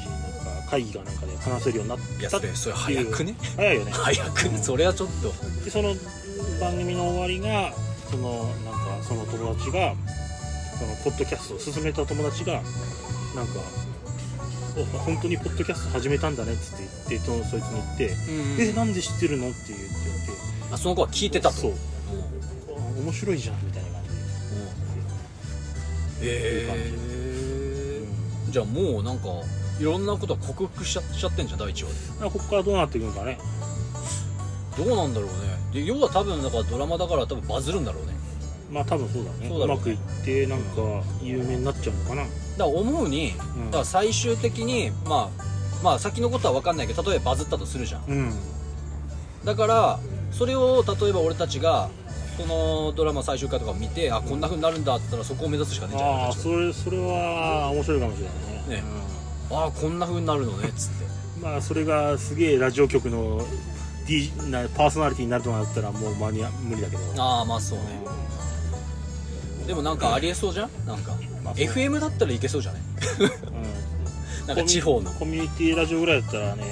Speaker 1: か会議かなんかで話せるようになっ
Speaker 2: いや
Speaker 1: た
Speaker 2: それそれ早くね
Speaker 1: 早いよね
Speaker 2: 早くねそれはちょっと
Speaker 1: でその番組の終わりがそのなんかその友達がそのポッドキャストを勧めた友達がなんか「お本当にポッドキャスト始めたんだね」っつって言ってそのそいつに言って「
Speaker 2: うん
Speaker 1: えなんで知ってるの?」って言って言って
Speaker 2: あその子は聞いてたと
Speaker 1: そう
Speaker 2: うん
Speaker 1: あ面白いじゃんみたいな感じで
Speaker 2: うんええじゃあもうなんかいろんなことは克服しちゃしちゃってんじゃん第一話で
Speaker 1: まあここからどうなっていくのかね
Speaker 2: どうなんだろうねで要は多分だからドラマだから多分バズるんだろうね
Speaker 1: まあ多分そうだね
Speaker 2: そううだろう
Speaker 1: ま
Speaker 2: ね
Speaker 1: くいってなんか有名になっちゃうのかな、う
Speaker 2: だから思うに
Speaker 1: ん、
Speaker 2: だから最終的にまあまあ先のことは分かんないけど例えばバズったとするじゃん
Speaker 1: うん
Speaker 2: だからそれを例えば俺たちがこのドラマ最終回とかを見てあこんな風になるんだって言ったらそこを目指すしかねえんじゃない
Speaker 1: ああ
Speaker 2: 俺たちは
Speaker 1: それそれは面白いかもしれないね
Speaker 2: ねああこんな風になるのねっつって
Speaker 1: うんまあそれがすげえラジオ局の、D、なパーソナリティになるとかだったらもう間に合無理だけど
Speaker 2: ああまあそうねでもなんかありえそうじゃんなんか
Speaker 1: まあそう
Speaker 2: FM だったらいけそうじゃない
Speaker 1: うん
Speaker 2: なんか地方の
Speaker 1: コミュニティラジオぐらいだったらね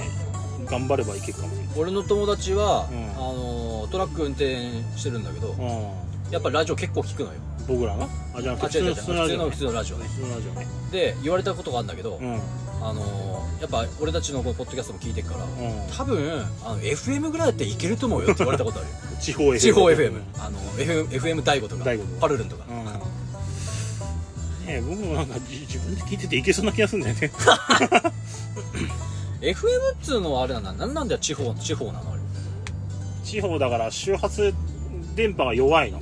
Speaker 1: 頑張ればいけるかもしれない
Speaker 2: 俺の友達は、
Speaker 1: うん
Speaker 2: あのートラック運転してるんだけど
Speaker 1: う
Speaker 2: やっぱラジオ結構聞くのよ
Speaker 1: ん僕らがあじゃな
Speaker 2: あ
Speaker 1: くて
Speaker 2: 違う違う違う普
Speaker 1: ラジ
Speaker 2: 通
Speaker 1: オ
Speaker 2: の
Speaker 1: ね
Speaker 2: 普通のラジオね
Speaker 1: 普通のラジオね
Speaker 2: で言われたことがあるんだけど、
Speaker 1: うん
Speaker 2: あのーやっぱ俺たちのこのポッドキャストも聞いてるから、
Speaker 1: うん
Speaker 2: 多分あの FM ぐらいだっていけると思うよって言われたことある よ
Speaker 1: 地方 FM
Speaker 2: 地方 FM あの FM, FM 大悟とか
Speaker 1: 大悟とか
Speaker 2: パルルンとか、
Speaker 1: うんねえ僕もなんかじ自分で聞いてていけそうな気がするんだよね
Speaker 2: FM っつうのはあれなんだなんなんだよ地方地方なのあれ
Speaker 1: 地方だから周波数電波が弱いの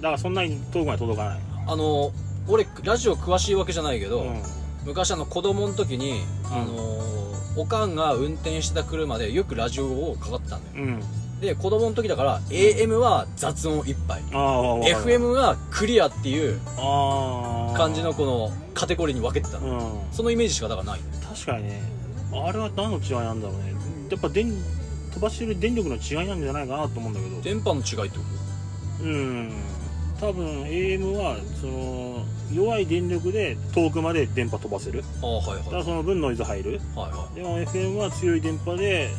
Speaker 1: だからそんなに遠くまで届かない
Speaker 2: あのー俺ラジオ詳しいわけじゃないけど、
Speaker 1: うん
Speaker 2: 昔あの子供の時に、
Speaker 1: うん
Speaker 2: あのーおかんが運転してた車でよくラジオをかかってたんだよ
Speaker 1: うん
Speaker 2: で子供の時だから AM は雑音いっぱい
Speaker 1: ああわかる
Speaker 2: FM はクリアっていう
Speaker 1: ああ
Speaker 2: 感じのこのカテゴリーに分けてた
Speaker 1: う
Speaker 2: の
Speaker 1: ん
Speaker 2: そのイメージしかだからない
Speaker 1: 確かにねあれは何の違いなんだろうねやっぱ電飛ばしてる電力の違いなんじゃないかなと思うんだけど
Speaker 2: 電波の違いってこ
Speaker 1: うん多分 AM はその弱い電力で遠くまで電波飛ばせる
Speaker 2: とああはい
Speaker 1: だか
Speaker 2: はい
Speaker 1: らその分ノイズ入る
Speaker 2: はいはい
Speaker 1: でも FM は強い電波で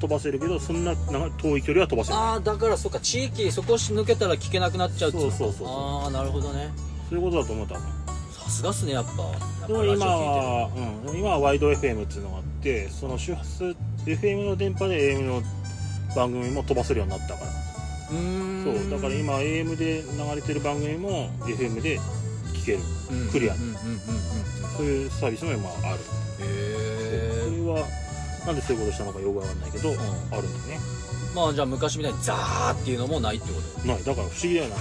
Speaker 1: 飛ばせるけどそんな長遠い距離は飛ばせない
Speaker 2: ああだからそっか地域そこ抜けたら聞けなくなっちゃうっていのか
Speaker 1: そうそうそうそう
Speaker 2: ああなるほどね
Speaker 1: そういうことだと思う多分
Speaker 2: さすがっすねやっぱ
Speaker 1: でも今は、うん、今はワイド FM っていうのがあってその周波数 FM の電波で AM の番組も飛ばせるようになったから
Speaker 2: うーん
Speaker 1: そうだから今 AM で流れてる番組も FM で聴けるクリア
Speaker 2: うんうんうんうんうん
Speaker 1: そういうサービスも今ある
Speaker 2: へえ
Speaker 1: それはなんでそういうことしたのかよくわかんないけど、
Speaker 2: ん
Speaker 1: あるんだよね
Speaker 2: まあじゃあ昔みたいにザーっていうのもないってこと
Speaker 1: ないだから不思議だよな
Speaker 2: あ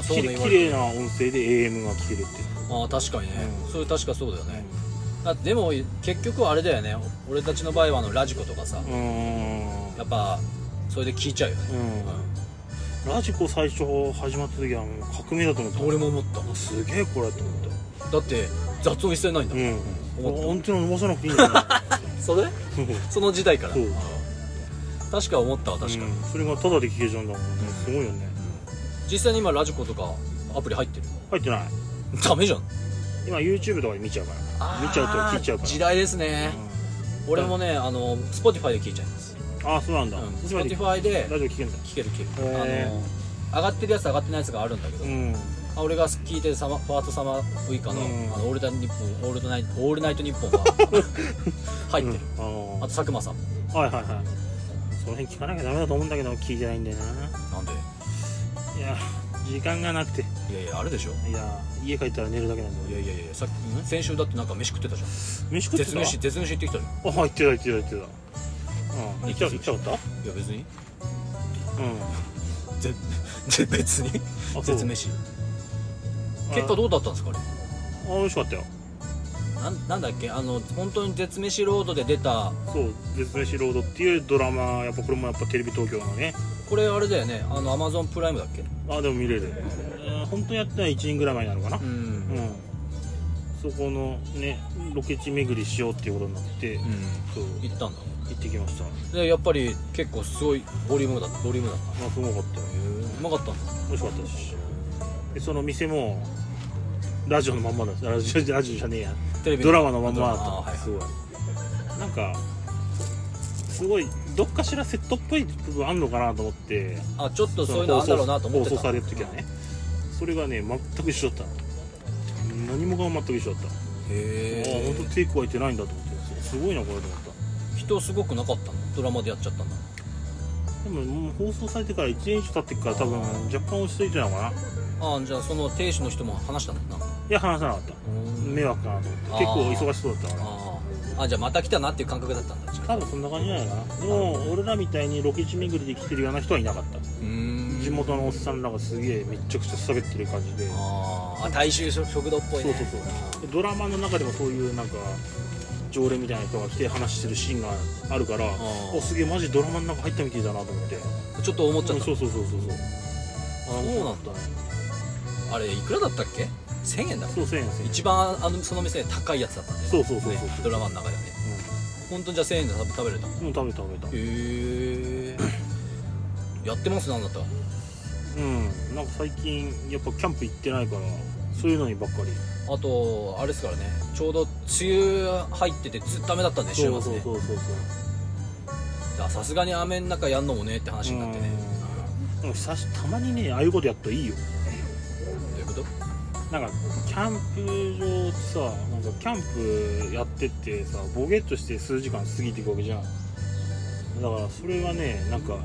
Speaker 2: あそう
Speaker 1: き
Speaker 2: ね
Speaker 1: れ
Speaker 2: 言わ
Speaker 1: 綺
Speaker 2: れて
Speaker 1: 麗な音声で AM が聴けるっていう
Speaker 2: ああ確かにね、
Speaker 1: うん
Speaker 2: それ確かそうだよね
Speaker 1: ね、
Speaker 2: あでも結局はあれだよね俺たちの場合はあのラジコとかさ、
Speaker 1: うーん
Speaker 2: やっぱそれで聞いちゃうよね、
Speaker 1: うん、ラジコ最初始まった時はもう革命だと思った
Speaker 2: 俺も思った
Speaker 1: あすげえこれと思っ
Speaker 2: だって雑音一切ないんだ
Speaker 1: た
Speaker 2: も、
Speaker 1: うんん
Speaker 2: 思った
Speaker 1: 音程伸ばさなくていいんだな
Speaker 2: それ
Speaker 1: そう
Speaker 2: その時代から
Speaker 1: そう
Speaker 2: 確か思ったわ確かに、
Speaker 1: うんそれがタダで聴けちゃうんだもんねすごいよね
Speaker 2: 実際に今ラジコとかアプリ入ってる
Speaker 1: 入ってない
Speaker 2: ダメじゃん
Speaker 1: 今 YouTube とかで見ちゃうから見ちゃうと聞いちゃうから
Speaker 2: 時代ですね、俺もねあの Spotify で聞いちゃいます、
Speaker 1: ああそうなん
Speaker 2: う
Speaker 1: だ、
Speaker 2: ん、
Speaker 1: そっちまで
Speaker 2: Spotify で
Speaker 1: ラジオ聞けんだ
Speaker 2: 聞ける聞ける、
Speaker 1: へ
Speaker 2: あの上がってるやつ上がってないやつがあるんだけど、
Speaker 1: うん
Speaker 2: あ俺が聞いてるサマファーストサマーウイカの,、
Speaker 1: うん
Speaker 2: あのオールナイトニッポンオールナイトオールナイトニッポン は入ってる、
Speaker 1: うん
Speaker 2: あと佐久間さん
Speaker 1: ああはいはいはいその辺聞かなきゃダメだと思うんだけど聞いてないんだよな
Speaker 2: なんで
Speaker 1: いや時間がなくて
Speaker 2: いやいやあれでしょ
Speaker 1: いや家帰ったら寝るだけなん
Speaker 2: い
Speaker 1: だよ
Speaker 2: やいやいやさっきん先週だってなんか飯食ってたじゃん
Speaker 1: 飯食って
Speaker 2: 絶
Speaker 1: た
Speaker 2: 飯絶飯行ってきたじゃ
Speaker 1: あ
Speaker 2: ん
Speaker 1: 行ってた行ってた行ってたうん行っちゃ行っちゃった
Speaker 2: いや別に
Speaker 1: うん
Speaker 2: ぜぜ別に
Speaker 1: あそう
Speaker 2: 絶飯結果
Speaker 1: あ
Speaker 2: どうだったんですかあれ
Speaker 1: 美味しかったよ
Speaker 2: なんなんだっけあの本当に絶飯ロードで出た
Speaker 1: そう「絶命しロード」っていうドラマやっぱこれもやっぱテレビ東京のね
Speaker 2: これあれだよねあのアマゾンプライムだっけ
Speaker 1: あでも見れる、えー、本当にやってない1年ぐらい前なのかな
Speaker 2: う
Speaker 1: うんん、そこのねロケ地巡りしようっていうことになって、
Speaker 2: うん
Speaker 1: そう
Speaker 2: 行ったんだ
Speaker 1: 行ってきましたま
Speaker 2: でやっぱり結構すごいボリュームだったボリュームだった
Speaker 1: あすごかったよ
Speaker 2: うまかったんだ
Speaker 1: 美味しかったしでその店もラジオのまんまだラジオラジオじゃねえや
Speaker 2: テレビ
Speaker 1: ドラマのまんまだ
Speaker 2: ドラ
Speaker 1: っ
Speaker 2: マあー
Speaker 1: た
Speaker 2: はい
Speaker 1: すごいなんかすごいどっかしらセットっぽい部分あんのかなと思って
Speaker 2: あちょっとそういうのあんだろうなと思って
Speaker 1: 放
Speaker 2: た
Speaker 1: 送される時はね、それがね全く一緒だったの何もが全く一緒だった
Speaker 2: うん
Speaker 1: あ
Speaker 2: へ
Speaker 1: あ本当
Speaker 2: え
Speaker 1: テイクはいてないんだと思ってすごいなこれと思った
Speaker 2: 人すごくなかったのドラマでやっちゃったんだ
Speaker 1: でももう放送されてから1年以上経ってっから多分
Speaker 2: あー
Speaker 1: 若干落ち着いてたのかない
Speaker 2: あじゃあその亭主の人も話したんだな
Speaker 1: や話さなかった迷惑かなと
Speaker 2: あ
Speaker 1: 思
Speaker 2: ー
Speaker 1: って結構忙しそうだったから
Speaker 2: あーあじゃあまた来たなっていう感覚だったんだじゃあ
Speaker 1: 多分そんな感じじゃないかなでも俺らみたいにロケ地巡りで来てるような人はいなかった
Speaker 2: うーん
Speaker 1: 地元のおっさんらがすげえめっちゃくちゃ喋ってる感じで
Speaker 2: あーあ大衆食堂っぽいね
Speaker 1: そうそうでドラマの中でもそういうなんか常連みたいな人が来て話してるシーンがあるから
Speaker 2: ー
Speaker 1: おすげえマジドラマの中入ったみてえだなと思って
Speaker 2: ちょっと思っちゃ
Speaker 1: う
Speaker 2: っ
Speaker 1: ん
Speaker 2: た
Speaker 1: そうそうそうそうそうあー
Speaker 2: そうなんだあれいくらだったっけ1000円だ
Speaker 1: そう1000円1000円
Speaker 2: 一番あのその店で高いやつだったんだよね
Speaker 1: そうそうそうそう
Speaker 2: ねドラマの中ではね本当にじゃあ1000円で食べ食べれたへ
Speaker 1: うん、うん、食べた食べた
Speaker 2: えやってますなんだったら
Speaker 1: うんなんか最近やっぱキャンプ行ってないからそういうのにばっかり
Speaker 2: あとあれですからねちょうど梅雨入っててずっと雨だったんで週末
Speaker 1: そ
Speaker 2: ね
Speaker 1: うそうそうそうそ
Speaker 2: あさすがに雨の中やんのもねって話
Speaker 1: う
Speaker 2: になってね
Speaker 1: うんでも久したまにねああいうことやっといいよ
Speaker 2: どういうこと
Speaker 1: なんかキャンプ場ってさなんかキャンプやってってさボケっとして数時間過ぎていくわけじゃんだからそれはねなんか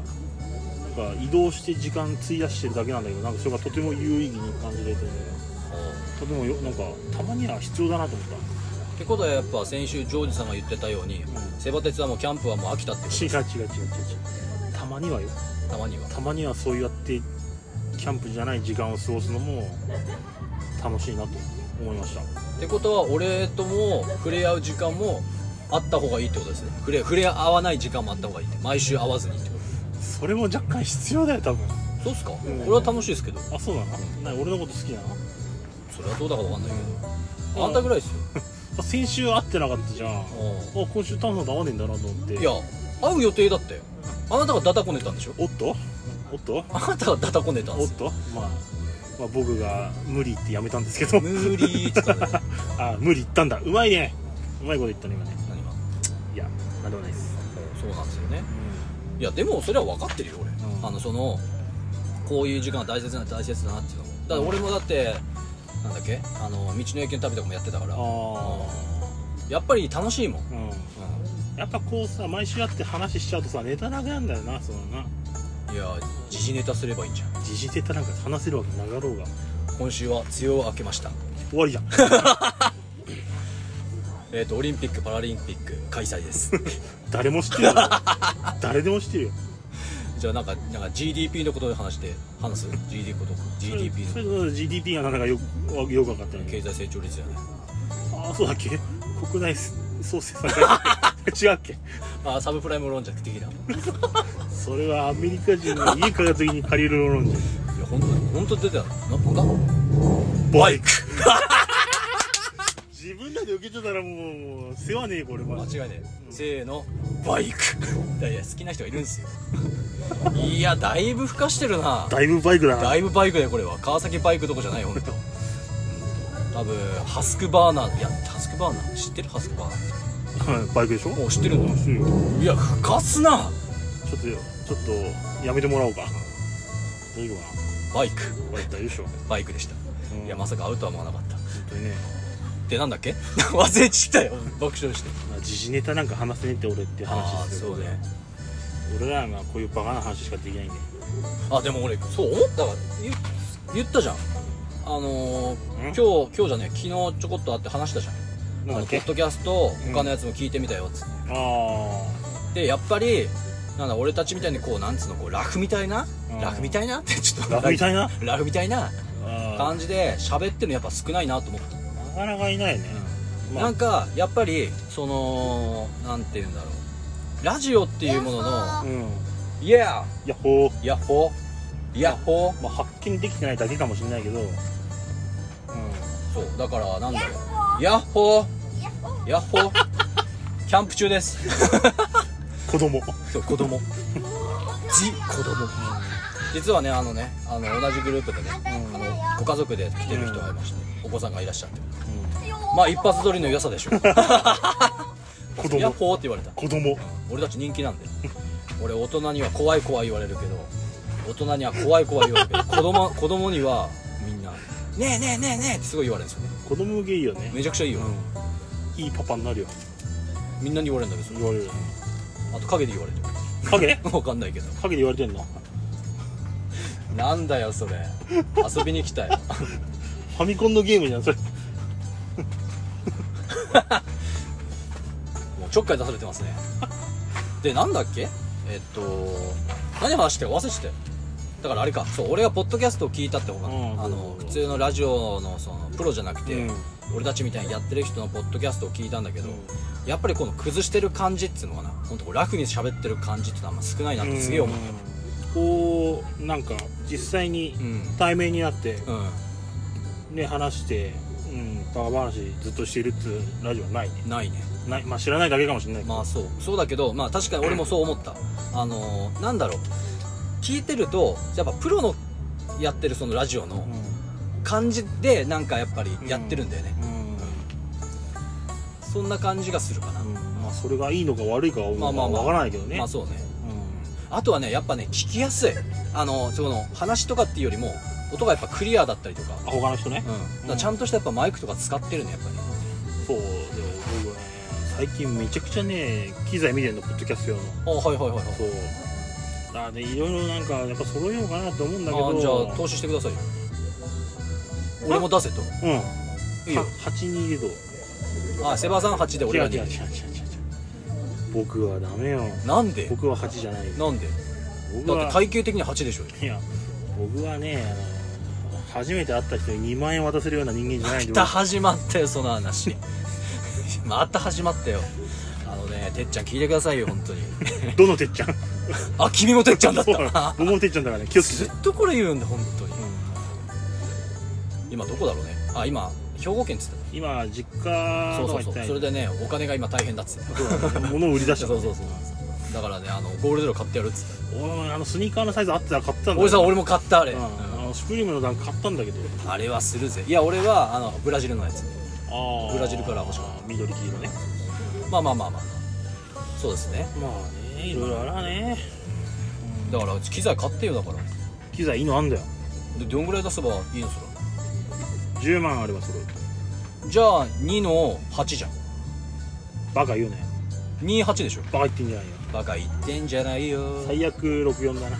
Speaker 1: なんか移動して時間費やしてるだけなんだけどなんかそれがとても有意義に感じれてね
Speaker 2: あ
Speaker 1: とてもよなんかたまには必要だなと思っ
Speaker 2: ーってことはやっぱ先週ジョージさんが言ってたように
Speaker 1: た、
Speaker 2: セバ鉄はもうキャンプはもう飽きたってこ
Speaker 1: 違う違う違う違う違うたまにはよ
Speaker 2: とたまには
Speaker 1: たまにはそうやってキャンプじゃない時間を過ごすのも楽しいなと思いました
Speaker 2: ってことは俺とも触れ合う時間もあった方がいいってことですね触れ触れ合わない時間もあった方がいいって毎週会わずにってこ
Speaker 1: それも若干必要だよ多分
Speaker 2: とそうっすか、
Speaker 1: ん
Speaker 2: 俺は楽しいですけど
Speaker 1: あそうなのなに俺のこと好きなの
Speaker 2: それはどうだかわかんないけ
Speaker 1: うん
Speaker 2: ど、あんたぐらいですよ、
Speaker 1: あ先週会ってなかったじゃんあ今週タンさんと会わねえんだなと思ってい
Speaker 2: いや会う予定だったよあなたがダタこねたんでしょ
Speaker 1: おっとおっと
Speaker 2: あなたがダタこねたんで
Speaker 1: おっ
Speaker 2: すよ
Speaker 1: とまあまあ僕が無理ってやめたんですけど
Speaker 2: 無理ーって言ったんだよ
Speaker 1: あ無理言ったんだうまいねうまいこと言ったね今ね
Speaker 2: 何が
Speaker 1: いやなんでもないです
Speaker 2: そうなんですよね
Speaker 1: う
Speaker 2: いやでもそれは分かってるよ俺、
Speaker 1: うん
Speaker 2: あのそのこういう時間は大切な大切だなっていうのもだから俺もだってなんだっけあの道の駅の旅とかもやってたから
Speaker 1: あ
Speaker 2: やっぱり楽しいもん、
Speaker 1: んやっぱこうさ毎週会って話しちゃうとさネタなくなんだよなそのない
Speaker 2: や時事ネタすればいいんじゃん
Speaker 1: 時事ネタなんか話せるわけなかろうが
Speaker 2: 今週は梅雨を明けました
Speaker 1: 終わりじゃん
Speaker 2: えっ、とオリンピック・パラリンピック開催です
Speaker 1: 誰も知ってる よ誰でも知ってるよ
Speaker 2: じゃあなんかなんか GDP のことで話して話す GDP こと GDP
Speaker 1: それ
Speaker 2: の
Speaker 1: それ GDP がなんかよくよく分かってない
Speaker 2: 経済成長率じゃない
Speaker 1: ああそうだっけ国内創生さ れた違うっけ
Speaker 2: あーサブプライムローンジャック的ない
Speaker 1: それはアメリカ人が家買う時に借りる論じ
Speaker 2: や本当本当出てたななんだ
Speaker 1: バイク 自分らで受けてたらもうもう世話ねえこれマジ
Speaker 2: 間違いねえせーのバイクいやいや好きな人がいるんですよいやだいぶふかしてるな
Speaker 1: だいぶバイクだな
Speaker 2: だいぶバイクだよこれは川崎バイクとかじゃない本当。うん多分ハスクバーナーいやハスクバーナー知ってるハスクバーナー
Speaker 1: バイクでしょ
Speaker 2: もう知ってるの
Speaker 1: そうよ
Speaker 2: いやふかすな
Speaker 1: ちょっとちょっとやめてもらおうか大丈夫か
Speaker 2: バイク
Speaker 1: なバイク大丈夫でしょ、
Speaker 2: バイクでした
Speaker 1: うん、
Speaker 2: いやまさか会うとは思わなかった
Speaker 1: 本当にね
Speaker 2: でなんだっけ 忘れちったよ爆笑して
Speaker 1: まあ時事ネタなんか話せねえって俺って
Speaker 2: あ
Speaker 1: 話
Speaker 2: あ
Speaker 1: ですけ
Speaker 2: そ
Speaker 1: ど
Speaker 2: うね
Speaker 1: 俺らがこういうバカな話しかできないんで
Speaker 2: あでも俺そう思ったから言言ったじゃんあのー、
Speaker 1: ん
Speaker 2: 今日今日じゃね昨日ちょこっと会って話したじゃんあ
Speaker 1: なんだっ
Speaker 2: のポ
Speaker 1: け
Speaker 2: ッドキャスト他のやつも聞いてみたよっつって、
Speaker 1: あ
Speaker 2: でやっぱりなんだ俺たちみたいにこうなんつうのこうラフみたいな、
Speaker 1: うん
Speaker 2: ラフみたいなってちょっ
Speaker 1: あ
Speaker 2: と
Speaker 1: ラフみたいな
Speaker 2: ラフみたいな
Speaker 1: あ
Speaker 2: 感じで喋ってるのやっぱ少ないなと思った、
Speaker 1: ーなかなかいないね、ま
Speaker 2: な
Speaker 1: あ
Speaker 2: んかやっぱりそのなんて言うんだろうラジオっていうものの
Speaker 1: うん
Speaker 2: 「イエー
Speaker 1: ヤッホー、
Speaker 2: ヤッホーヤッホー
Speaker 1: まあ、発見できてないだけかもしれないけどうん」
Speaker 2: そうだからなんだろう「ヤッホーヤッホー」 キャンプ中です
Speaker 1: 子供
Speaker 2: そう子供ジ子供実はねあのねあの同じグループでね、
Speaker 1: うん
Speaker 2: あのご家族で来てる人がいまして、お子さんがいらっしゃってまあ一発撮りの良さでしょう
Speaker 1: 子
Speaker 2: ヤッ
Speaker 1: 供
Speaker 2: ホーって言われた
Speaker 1: 子供
Speaker 2: 俺たち人気なんで俺大人には怖い怖い言われるけど大人には怖い怖い言われるけど子供子供にはみんな「ねえねえねえねえ」ってすごい言われるんですよね
Speaker 1: 子供向けいいよね
Speaker 2: めちゃくちゃいいよ、
Speaker 1: うんいいパパになるよ
Speaker 2: みんなに言われるんだけどそれ
Speaker 1: 言われる
Speaker 2: あと影で言われて
Speaker 1: 影
Speaker 2: る わかんないけど
Speaker 1: 影で言われてんの
Speaker 2: なんだよそれ遊びに来たよ
Speaker 1: ファミコンのゲームじゃんそれ
Speaker 2: もうちょっかい出されてますねでなんだっけえっと何話して忘れてたよだからあれかそう俺がポッドキャストを聞いたってことなの,、
Speaker 1: うん
Speaker 2: あ
Speaker 1: そうそ
Speaker 2: の
Speaker 1: うそ
Speaker 2: 普
Speaker 1: う
Speaker 2: 通のラジオのそのプロじゃなくて、
Speaker 1: うん
Speaker 2: 俺たちみたいにやってる人のポッドキャストを聞いたんだけど、やっぱりこの崩してる感じっていうのかな本当こうラフに喋ってる感じっていうのはあんま少ないなってすげえ思うよ
Speaker 1: こうなんか実際に
Speaker 2: うん
Speaker 1: 対面になって
Speaker 2: うん、
Speaker 1: ね話してうんバカ話ずっとしてるっていうラジオはないね
Speaker 2: ないね
Speaker 1: ないまあ知らないだけかもしれないけど
Speaker 2: まあそうそうだけどまあ確かに俺もそう思ったあのーなんだろう聞いてるとやっぱプロのやってるそのラジオの、感じでなんかやっぱりやってるんだよね、
Speaker 1: うん
Speaker 2: そんな感じがするかな、
Speaker 1: うんまあそれがいいのか悪いかは
Speaker 2: まあまあまあ
Speaker 1: 分からないけどね
Speaker 2: まあ
Speaker 1: う
Speaker 2: そうね
Speaker 1: ん
Speaker 2: あとはねやっぱね聞きやすいあのその話とかっていうよりも音がやっぱクリアだったりとか,、
Speaker 1: あ他の人ね
Speaker 2: うん、だからちゃんとしたやっぱマイクとか使ってるねやっぱり
Speaker 1: そうでも僕はね最近めちゃくちゃね機材見てんのポッドキャスト用の
Speaker 2: あはいはいはいはい
Speaker 1: そうあでいろいろなんかやっぱ揃えようかなと思うんだけど
Speaker 2: あじゃあ投資してくださいよ俺も出せと
Speaker 1: うん
Speaker 2: いいよ
Speaker 1: 82でどう
Speaker 2: あセバさん8で俺
Speaker 1: 違う
Speaker 2: が
Speaker 1: 違う違う違う違
Speaker 2: 2
Speaker 1: う僕はダメよ
Speaker 2: なんで
Speaker 1: 僕は8じゃないよ
Speaker 2: なんで
Speaker 1: 僕
Speaker 2: だっ
Speaker 1: は
Speaker 2: て体型的に8でしょ
Speaker 1: いや僕はねあの初めて会った人に2万円渡せるような人間じゃないんで
Speaker 2: また始まったよその話 また始まったよあのねてっちゃん聞いてくださいよ本当に
Speaker 1: 僕どのてっちゃん
Speaker 2: あ君もてっちゃんだっ
Speaker 1: そうなの
Speaker 2: た
Speaker 1: 僕もてっちゃんだからね気をつ
Speaker 2: ず
Speaker 1: けて
Speaker 2: っとこれ言うんだ本当に
Speaker 1: うん
Speaker 2: 今どこだろうねあ今兵庫県っつって
Speaker 1: 今実家
Speaker 2: たそう
Speaker 1: と
Speaker 2: そ
Speaker 1: か行っ
Speaker 2: うそう
Speaker 1: た
Speaker 2: それでねお金が今大変だ っつってた
Speaker 1: 物を売り出し
Speaker 2: そ
Speaker 1: た
Speaker 2: うそうそうそうだからねあのゴールデロ買ってやるっつって
Speaker 1: おいあのスニーカーのサイズ合ってたら買ったんだ
Speaker 2: た
Speaker 1: よ
Speaker 2: おじさん俺も買ったあれ、
Speaker 1: うん
Speaker 2: うん
Speaker 1: あのスプリームの段買ったんだけど
Speaker 2: あれはするぜいや俺はあのブラジルのやつ
Speaker 1: あー
Speaker 2: ブラジルから欲しかっ
Speaker 1: 緑黄色ね
Speaker 2: まあまあまあまあそうですね
Speaker 1: まあねいろいろあるわね
Speaker 2: だからうち機材買ってよだから
Speaker 1: 機材いいのあんだよ
Speaker 2: でどんぐらい出せばいいのそれ
Speaker 1: 10万あれば揃う
Speaker 2: じゃあ2の8じゃん
Speaker 1: バカ言うね
Speaker 2: 28でしょ
Speaker 1: バカ言ってんじゃないよ
Speaker 2: バカ言ってんじゃないよ
Speaker 1: 最悪64だな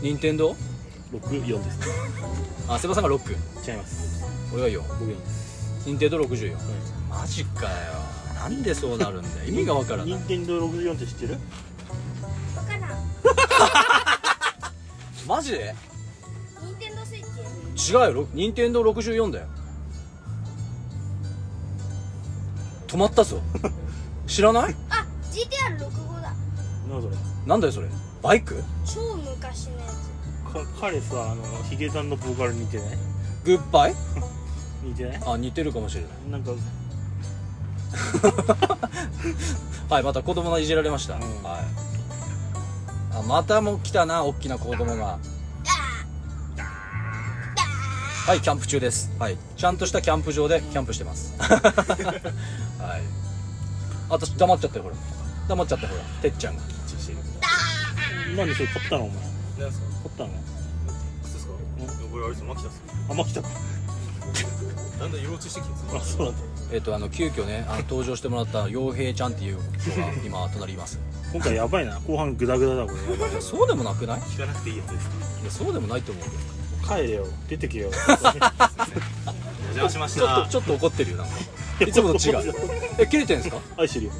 Speaker 2: 任天堂
Speaker 1: 64です
Speaker 2: あセバさんが6
Speaker 1: 違います
Speaker 2: 俺が4
Speaker 1: 64です
Speaker 2: 認定度64
Speaker 1: う
Speaker 2: マジかよなんでそうなるん だよ意味がわからない
Speaker 1: 任天堂64って知ってる
Speaker 2: マジで
Speaker 3: ニンテンドースイッチ
Speaker 2: 違うよろ任天堂64だよ止まった ぞ知らない
Speaker 3: あ GTR65 だ
Speaker 1: なそれ
Speaker 2: なんだよそれバイク
Speaker 3: 超昔のや
Speaker 1: か彼さあのヒゲさんのボーカル似てない
Speaker 2: グッバイ
Speaker 1: 似てない
Speaker 2: あ似てるかもしれな
Speaker 1: な
Speaker 2: い
Speaker 1: んか
Speaker 2: はいまた子供がいじられました、
Speaker 1: うん
Speaker 2: はいあまたも来たな大きな子供がはいキャンプ中ですはいちゃんとしたキャンプ場でキャンプしてます はいあと黙っちゃったよほら黙っちゃったよほらてっちゃんが
Speaker 4: チンしてる
Speaker 1: 何それ買ったのお前買
Speaker 4: 何すか
Speaker 1: ったの
Speaker 4: 靴ですかこれあれですよマキタですよ
Speaker 1: あ、まきた
Speaker 4: だんだん色落ちしてきてるん
Speaker 1: あ、
Speaker 4: ですよ
Speaker 1: そうなんだ
Speaker 2: えっ、とあの急遽ねあの登場してもらった洋平ちゃんっていう子 が今隣います
Speaker 1: 今回やばいな後半グダグダだこ
Speaker 2: いやそうでもなくない
Speaker 4: 聞かなくていいやつです
Speaker 2: いやそうでもないと思うよ
Speaker 1: れ帰れよ出てけよ
Speaker 4: お邪魔しまし
Speaker 2: ちょったとちょっと怒ってるよなんかいつもと違うえ切れてんですか
Speaker 1: 愛してるよ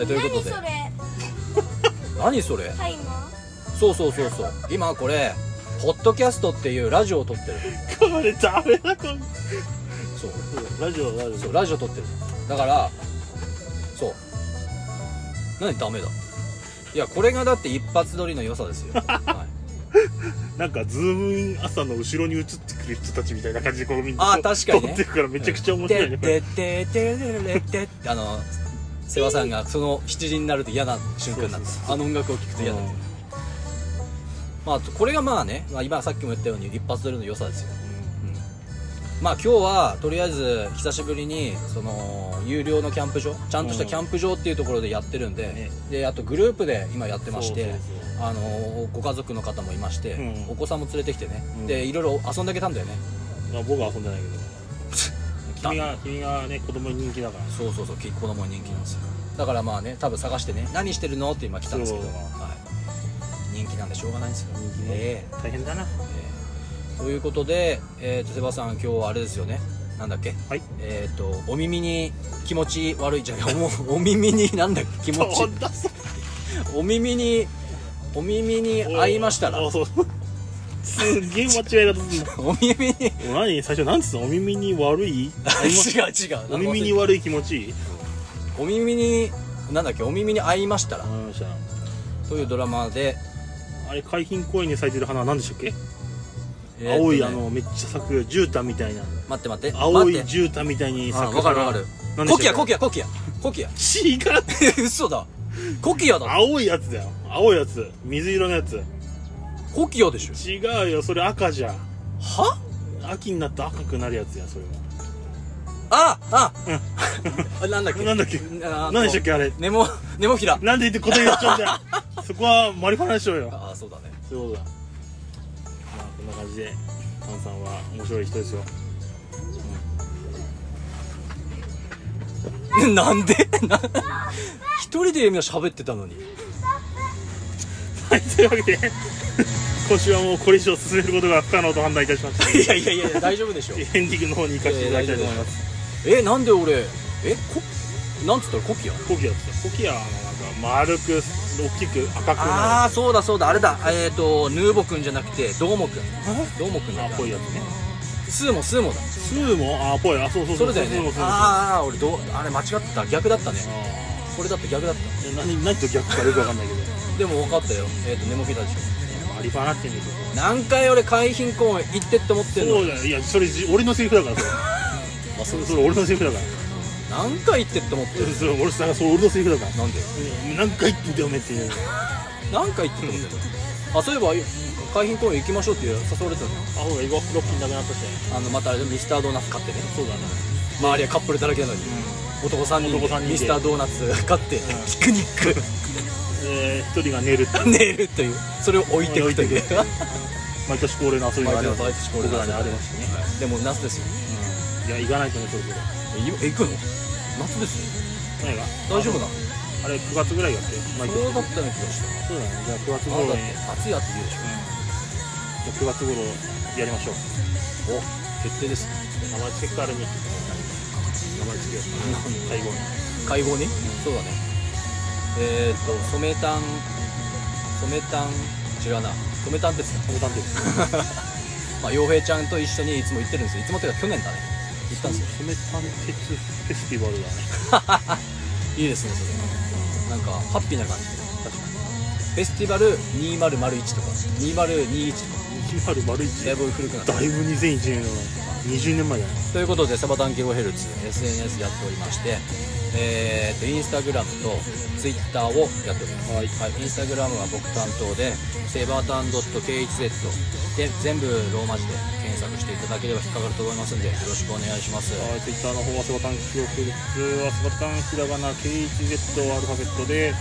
Speaker 2: えというこ
Speaker 3: 何
Speaker 2: とで
Speaker 3: それ
Speaker 2: 何それ
Speaker 3: タイマ
Speaker 2: そうそうそうそう今これポッドキャストっていうラジオを撮ってる
Speaker 1: これダメだこれ
Speaker 2: そう
Speaker 1: ラジオラジ
Speaker 2: そう
Speaker 1: オ
Speaker 2: ラジオ撮ってるだからそう何ダメだいやこれがだって一発撮りの良さですよ、はい、
Speaker 1: なんかズームイン朝の後ろに映ってくる人たちみたいな感じでこうみんな
Speaker 2: あー確か
Speaker 1: 撮
Speaker 2: にね
Speaker 1: ってるからめちゃくちゃ面白いね
Speaker 2: ででででででであの世話さんがその7時になると嫌な瞬間になっ
Speaker 1: そうそう
Speaker 2: たあの音楽を聴くと嫌だ
Speaker 1: うん
Speaker 2: まあこれがまあね、まあ、今さっきも言ったように一発撮りの良さですよまあ今日はとりあえず久しぶりにその有料のキャンプ場ちゃんとしたキャンプ場っていうところでやってるんで、
Speaker 1: ね
Speaker 2: であとグループで今やってまして
Speaker 1: そうそうそ
Speaker 2: あのご家族の方もいまして、
Speaker 1: うん
Speaker 2: お子さんも連れてきてね、
Speaker 1: うん
Speaker 2: でいろいろ遊んであげたんだよね
Speaker 1: まあ僕は遊んでないけど君が君がね子供に人気だから
Speaker 2: そうそうそう結構なもん人気なんですよだからまあね多分探してね何してるのって今来たんですけど、
Speaker 1: そう
Speaker 2: はい、人気なんでしょうがないんですよ
Speaker 1: 人気ね
Speaker 2: ええ
Speaker 1: 大変だな
Speaker 2: えーということで、えー、とセバさん今日はあれですよねなんだっけ
Speaker 1: はい
Speaker 2: えっ、とお耳に気持ち悪いじゃん おお耳になんだっけ気持ち
Speaker 1: だそ
Speaker 2: お耳にお耳 に合いましたら
Speaker 1: あ
Speaker 2: お
Speaker 1: そうすっげえ間違い方すん の
Speaker 2: 耳に違う
Speaker 1: お何最初何つったのお耳に悪い合いまし
Speaker 2: 違う
Speaker 1: お耳に
Speaker 2: なんか
Speaker 1: 悪い気持ちいい
Speaker 2: 忘れたお耳になんだっけお耳に合いましたら
Speaker 1: 思いました
Speaker 2: というドラマで、
Speaker 1: あれ海浜公園に咲いてる花は何でしたっけ、
Speaker 2: えーとね
Speaker 1: 青いあのめっちゃ咲く絨毯みたいな
Speaker 2: 待って待って
Speaker 1: 青い
Speaker 2: 待って
Speaker 1: 絨毯みたいに咲
Speaker 2: あ
Speaker 1: く
Speaker 2: わかるわかる
Speaker 1: 何で
Speaker 2: コ
Speaker 1: し
Speaker 2: キ
Speaker 1: た
Speaker 2: ア
Speaker 1: っ
Speaker 2: コキアコキアコキア
Speaker 1: 違う
Speaker 2: 嘘だコキアだ
Speaker 1: 青いやつだよ青いやつ水色のやつ
Speaker 2: コキアでしょ
Speaker 1: 違うよそれ赤じゃん
Speaker 2: は
Speaker 1: 秋になって赤くなるやつやそれ
Speaker 2: ああ、あなんだっけ
Speaker 1: なんだっけ
Speaker 2: あ
Speaker 1: は何でしたっけあれ
Speaker 2: ネモネモフィラ
Speaker 1: なんで言って答え言っちゃうん だよそこはマリファナでしょうよ
Speaker 2: ああそうだね
Speaker 1: そういうことだまあこんな感じで炭さんは面白い人ですよ
Speaker 2: なんでな一人で今喋ってたのに
Speaker 1: はいというわけで 今週はもうこれ以上進めることが不可能と判断いたしました
Speaker 2: いやいやいや大丈夫でしょ
Speaker 1: エンディングの方に行かせていただきたいと思います
Speaker 2: えなんで俺えこなんつったらコキア
Speaker 1: コキアですコキアはなんか丸く大きく赤く
Speaker 2: あ
Speaker 1: なる
Speaker 2: あそうだそうだあれだえっ、とヌーボくんじゃなくてどーもくんどーもくんだ
Speaker 1: あっぽいやつね
Speaker 2: スーモスーモだ
Speaker 1: スーもあっぽいあそうそう
Speaker 2: そ
Speaker 1: そう
Speaker 2: れだよね
Speaker 1: そうそうそうあ
Speaker 2: ああ俺どうあれ間違ってた逆だったね
Speaker 1: ー
Speaker 2: これだった逆だった
Speaker 1: いや何何と逆かよくわかんないけど
Speaker 2: でも分かったよえっ、とネモフィラでしょ
Speaker 1: マリファナって言うんですよ
Speaker 2: 何回俺海浜公園行ってって思ってん
Speaker 1: そ
Speaker 2: の
Speaker 1: うだよいやそれじ俺のセリフだからそれあそれそれ俺のセリフだから
Speaker 2: 何回行ってって思って
Speaker 1: そ
Speaker 2: る
Speaker 1: れそれ俺それそれ俺のセリフだから
Speaker 2: なんで
Speaker 1: うん何回言ってんだよねっていう
Speaker 2: 何回行ってって思ってるあそういえば海浜公園行きましょうっていう誘われてたの
Speaker 1: あほら行こうロッキンなくなったし
Speaker 2: あのまたあれでミスタードーナツ買ってね
Speaker 1: そうだね
Speaker 2: 周りはカップルだらけなのに男3人
Speaker 1: 男三人
Speaker 2: で
Speaker 1: で
Speaker 2: ミスタードーナツ買ってピクニック
Speaker 1: えー一人が寝る って
Speaker 2: 寝るというそれを置いていくという
Speaker 1: 毎年恒例の遊び
Speaker 2: 毎
Speaker 1: がありま
Speaker 2: 年
Speaker 1: す
Speaker 2: 毎年これ
Speaker 1: 僕
Speaker 2: だ
Speaker 1: ら
Speaker 2: ね
Speaker 1: ね
Speaker 2: あ
Speaker 1: あり
Speaker 2: れま
Speaker 1: ますし
Speaker 2: しね
Speaker 1: ね
Speaker 2: でも夏です
Speaker 1: い
Speaker 2: よ
Speaker 1: や行かないとねそれぞれ
Speaker 2: えい行くの夏ですよ
Speaker 1: 何が
Speaker 2: 大丈夫なの
Speaker 1: あれ9月ぐらいやって毎年
Speaker 2: そうだったような気がした
Speaker 1: そうだねじゃあ9月頃
Speaker 2: あな
Speaker 1: に
Speaker 2: んだっ
Speaker 1: うん
Speaker 2: て暑い暑い言うでし
Speaker 1: じゃあ9月頃やりましょう
Speaker 2: ょお決定です
Speaker 1: 名前つけっからに名前つけよう最後に
Speaker 2: 会合に、そうだねえっ、ー、と染炭染炭違うな染炭ですか
Speaker 1: この探偵です
Speaker 2: まあ洋平ちゃんと一緒にいつも行ってるんですよいつもっていうか去年だね行ったんですよ
Speaker 1: 染探偵フェスティバルだね
Speaker 2: いいですねそれなんかハッピーな感じでフェスティバル2001とか2021とか
Speaker 1: 確かに
Speaker 2: だい
Speaker 1: 2001
Speaker 2: ぶ古くなった
Speaker 1: だいぶ2001年の20年前だね
Speaker 2: ということでサバタンキロヘルツ SNS やっておりましてえーっとインスタグラムとツイッターをやっております、はいインスタグラムは僕担当でセバータン .khz で全部ローマ字で検索していただければ引っかかると思いますんでよろしくお願いします
Speaker 1: はい、ツイッターの方はセバタン記憶普通はセバタンひらがな KHZ アルファベットで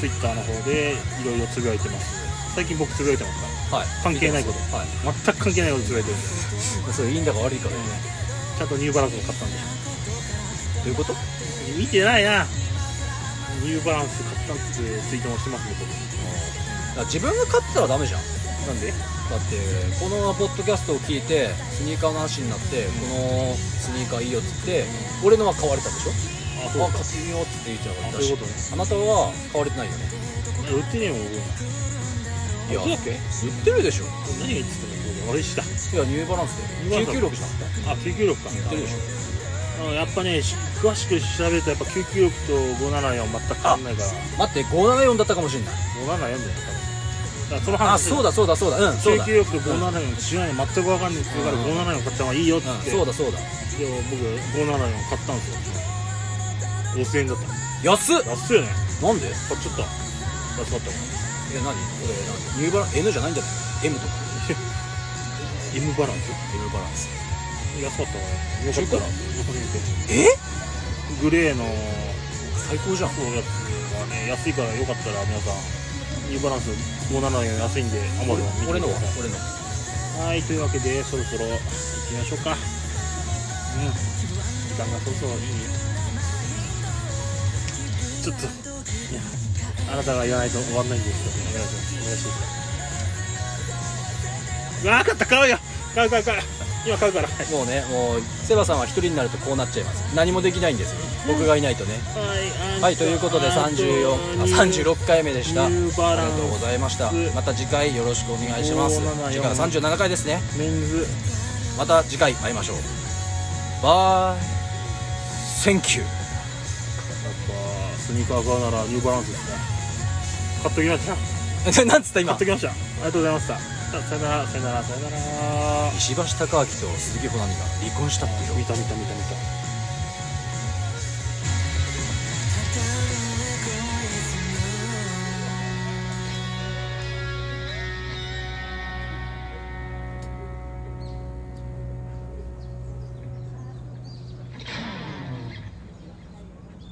Speaker 1: ツイッターの方でいろいろつぶやいてます最近僕つぶやいてますか
Speaker 2: はい
Speaker 1: 関係ないこと
Speaker 2: はい
Speaker 1: ら全く関係ないことつぶやいてるんで
Speaker 2: それいいんだか悪いかだよね
Speaker 1: ちゃんとニューバランスも買ったんで
Speaker 2: どういうこと
Speaker 1: 見てないなニューバランス買ったってツイートもしてますね
Speaker 2: だから自分が勝ってたらダメじゃんだ
Speaker 1: 僕なんで
Speaker 2: ってこのポッドキャストを聞いてスニーカーの話になってこのスニーカーいいよっつって俺のは買われたでしょ
Speaker 1: あ
Speaker 2: あ
Speaker 1: そうか
Speaker 2: 買ってみようっつって言っちゃうから
Speaker 1: あそういうことね
Speaker 2: あなたは買われてないよね
Speaker 1: 売ってねえもん僕
Speaker 2: い
Speaker 1: そうだ
Speaker 2: や売
Speaker 1: っ
Speaker 2: っ
Speaker 1: け
Speaker 2: てるでしょ
Speaker 1: 何が言ってたの俺した
Speaker 2: いやニューバランス
Speaker 1: ニュー
Speaker 2: で
Speaker 1: バラン
Speaker 2: 996じ
Speaker 1: あ
Speaker 2: ゃん
Speaker 1: 996か
Speaker 2: 売ってるでしょ
Speaker 1: あのやっぱねし詳しく調べるとやっぱ996と574全く変わんないから
Speaker 2: 待って574だったかもしれない
Speaker 1: 574だよ多分だからその
Speaker 2: あ
Speaker 1: 話
Speaker 2: そうだそうだそうだうんそうだ
Speaker 1: 996と574違いの全く分かんないって言うから574買った方がいいよって言
Speaker 2: う
Speaker 1: っ
Speaker 2: ん
Speaker 1: て
Speaker 2: そうだそうだ
Speaker 1: でも僕574買ったんですよ5000円だった
Speaker 2: 安っ
Speaker 1: 安いよね
Speaker 2: なんでいや
Speaker 1: 買っちゃった安かったもん
Speaker 2: 何これ何ニューバラン N じゃないんじゃない M とか
Speaker 1: M バランス
Speaker 2: M バランス
Speaker 1: 安かったからよか
Speaker 2: 中
Speaker 1: った
Speaker 2: 古
Speaker 1: ら
Speaker 2: え
Speaker 1: グレーの
Speaker 2: 最高じゃん
Speaker 1: そうやつはね安いからよかったら皆さんニューバランス574安いんで Amazon 見て
Speaker 2: 俺
Speaker 1: く
Speaker 2: の
Speaker 1: だ
Speaker 2: は
Speaker 1: さい
Speaker 2: 俺の
Speaker 1: はいというわけでそろそろ行きましょうかうん時間がそろそろいいちょっといやあなたが言わないと終わんないんですけどお願いしますお願いしますわかった買うよ買う買う買う今買うからはい
Speaker 2: もうねもうセバさんは一人になるとこうなっちゃいます何もできないんですよ僕がいないとねはいということで34あ36回目でしたあ
Speaker 1: ニ
Speaker 2: り
Speaker 1: ューバラ
Speaker 2: が
Speaker 1: ンス
Speaker 2: とうございましたまた次回よろしくお願いします
Speaker 1: 574
Speaker 2: 次回は37回ですね
Speaker 1: メンズ
Speaker 2: また次回会いましょうバイセンキュー
Speaker 1: やっぱスニーカー買うならニューバランスですね買っときました
Speaker 2: え なんつった
Speaker 1: 買
Speaker 2: 今
Speaker 1: っときましたありがとうございましたささよならさよならさよなら
Speaker 2: 石橋貴明と鈴木保奈美が離婚したってよ
Speaker 1: 見た見た見た見た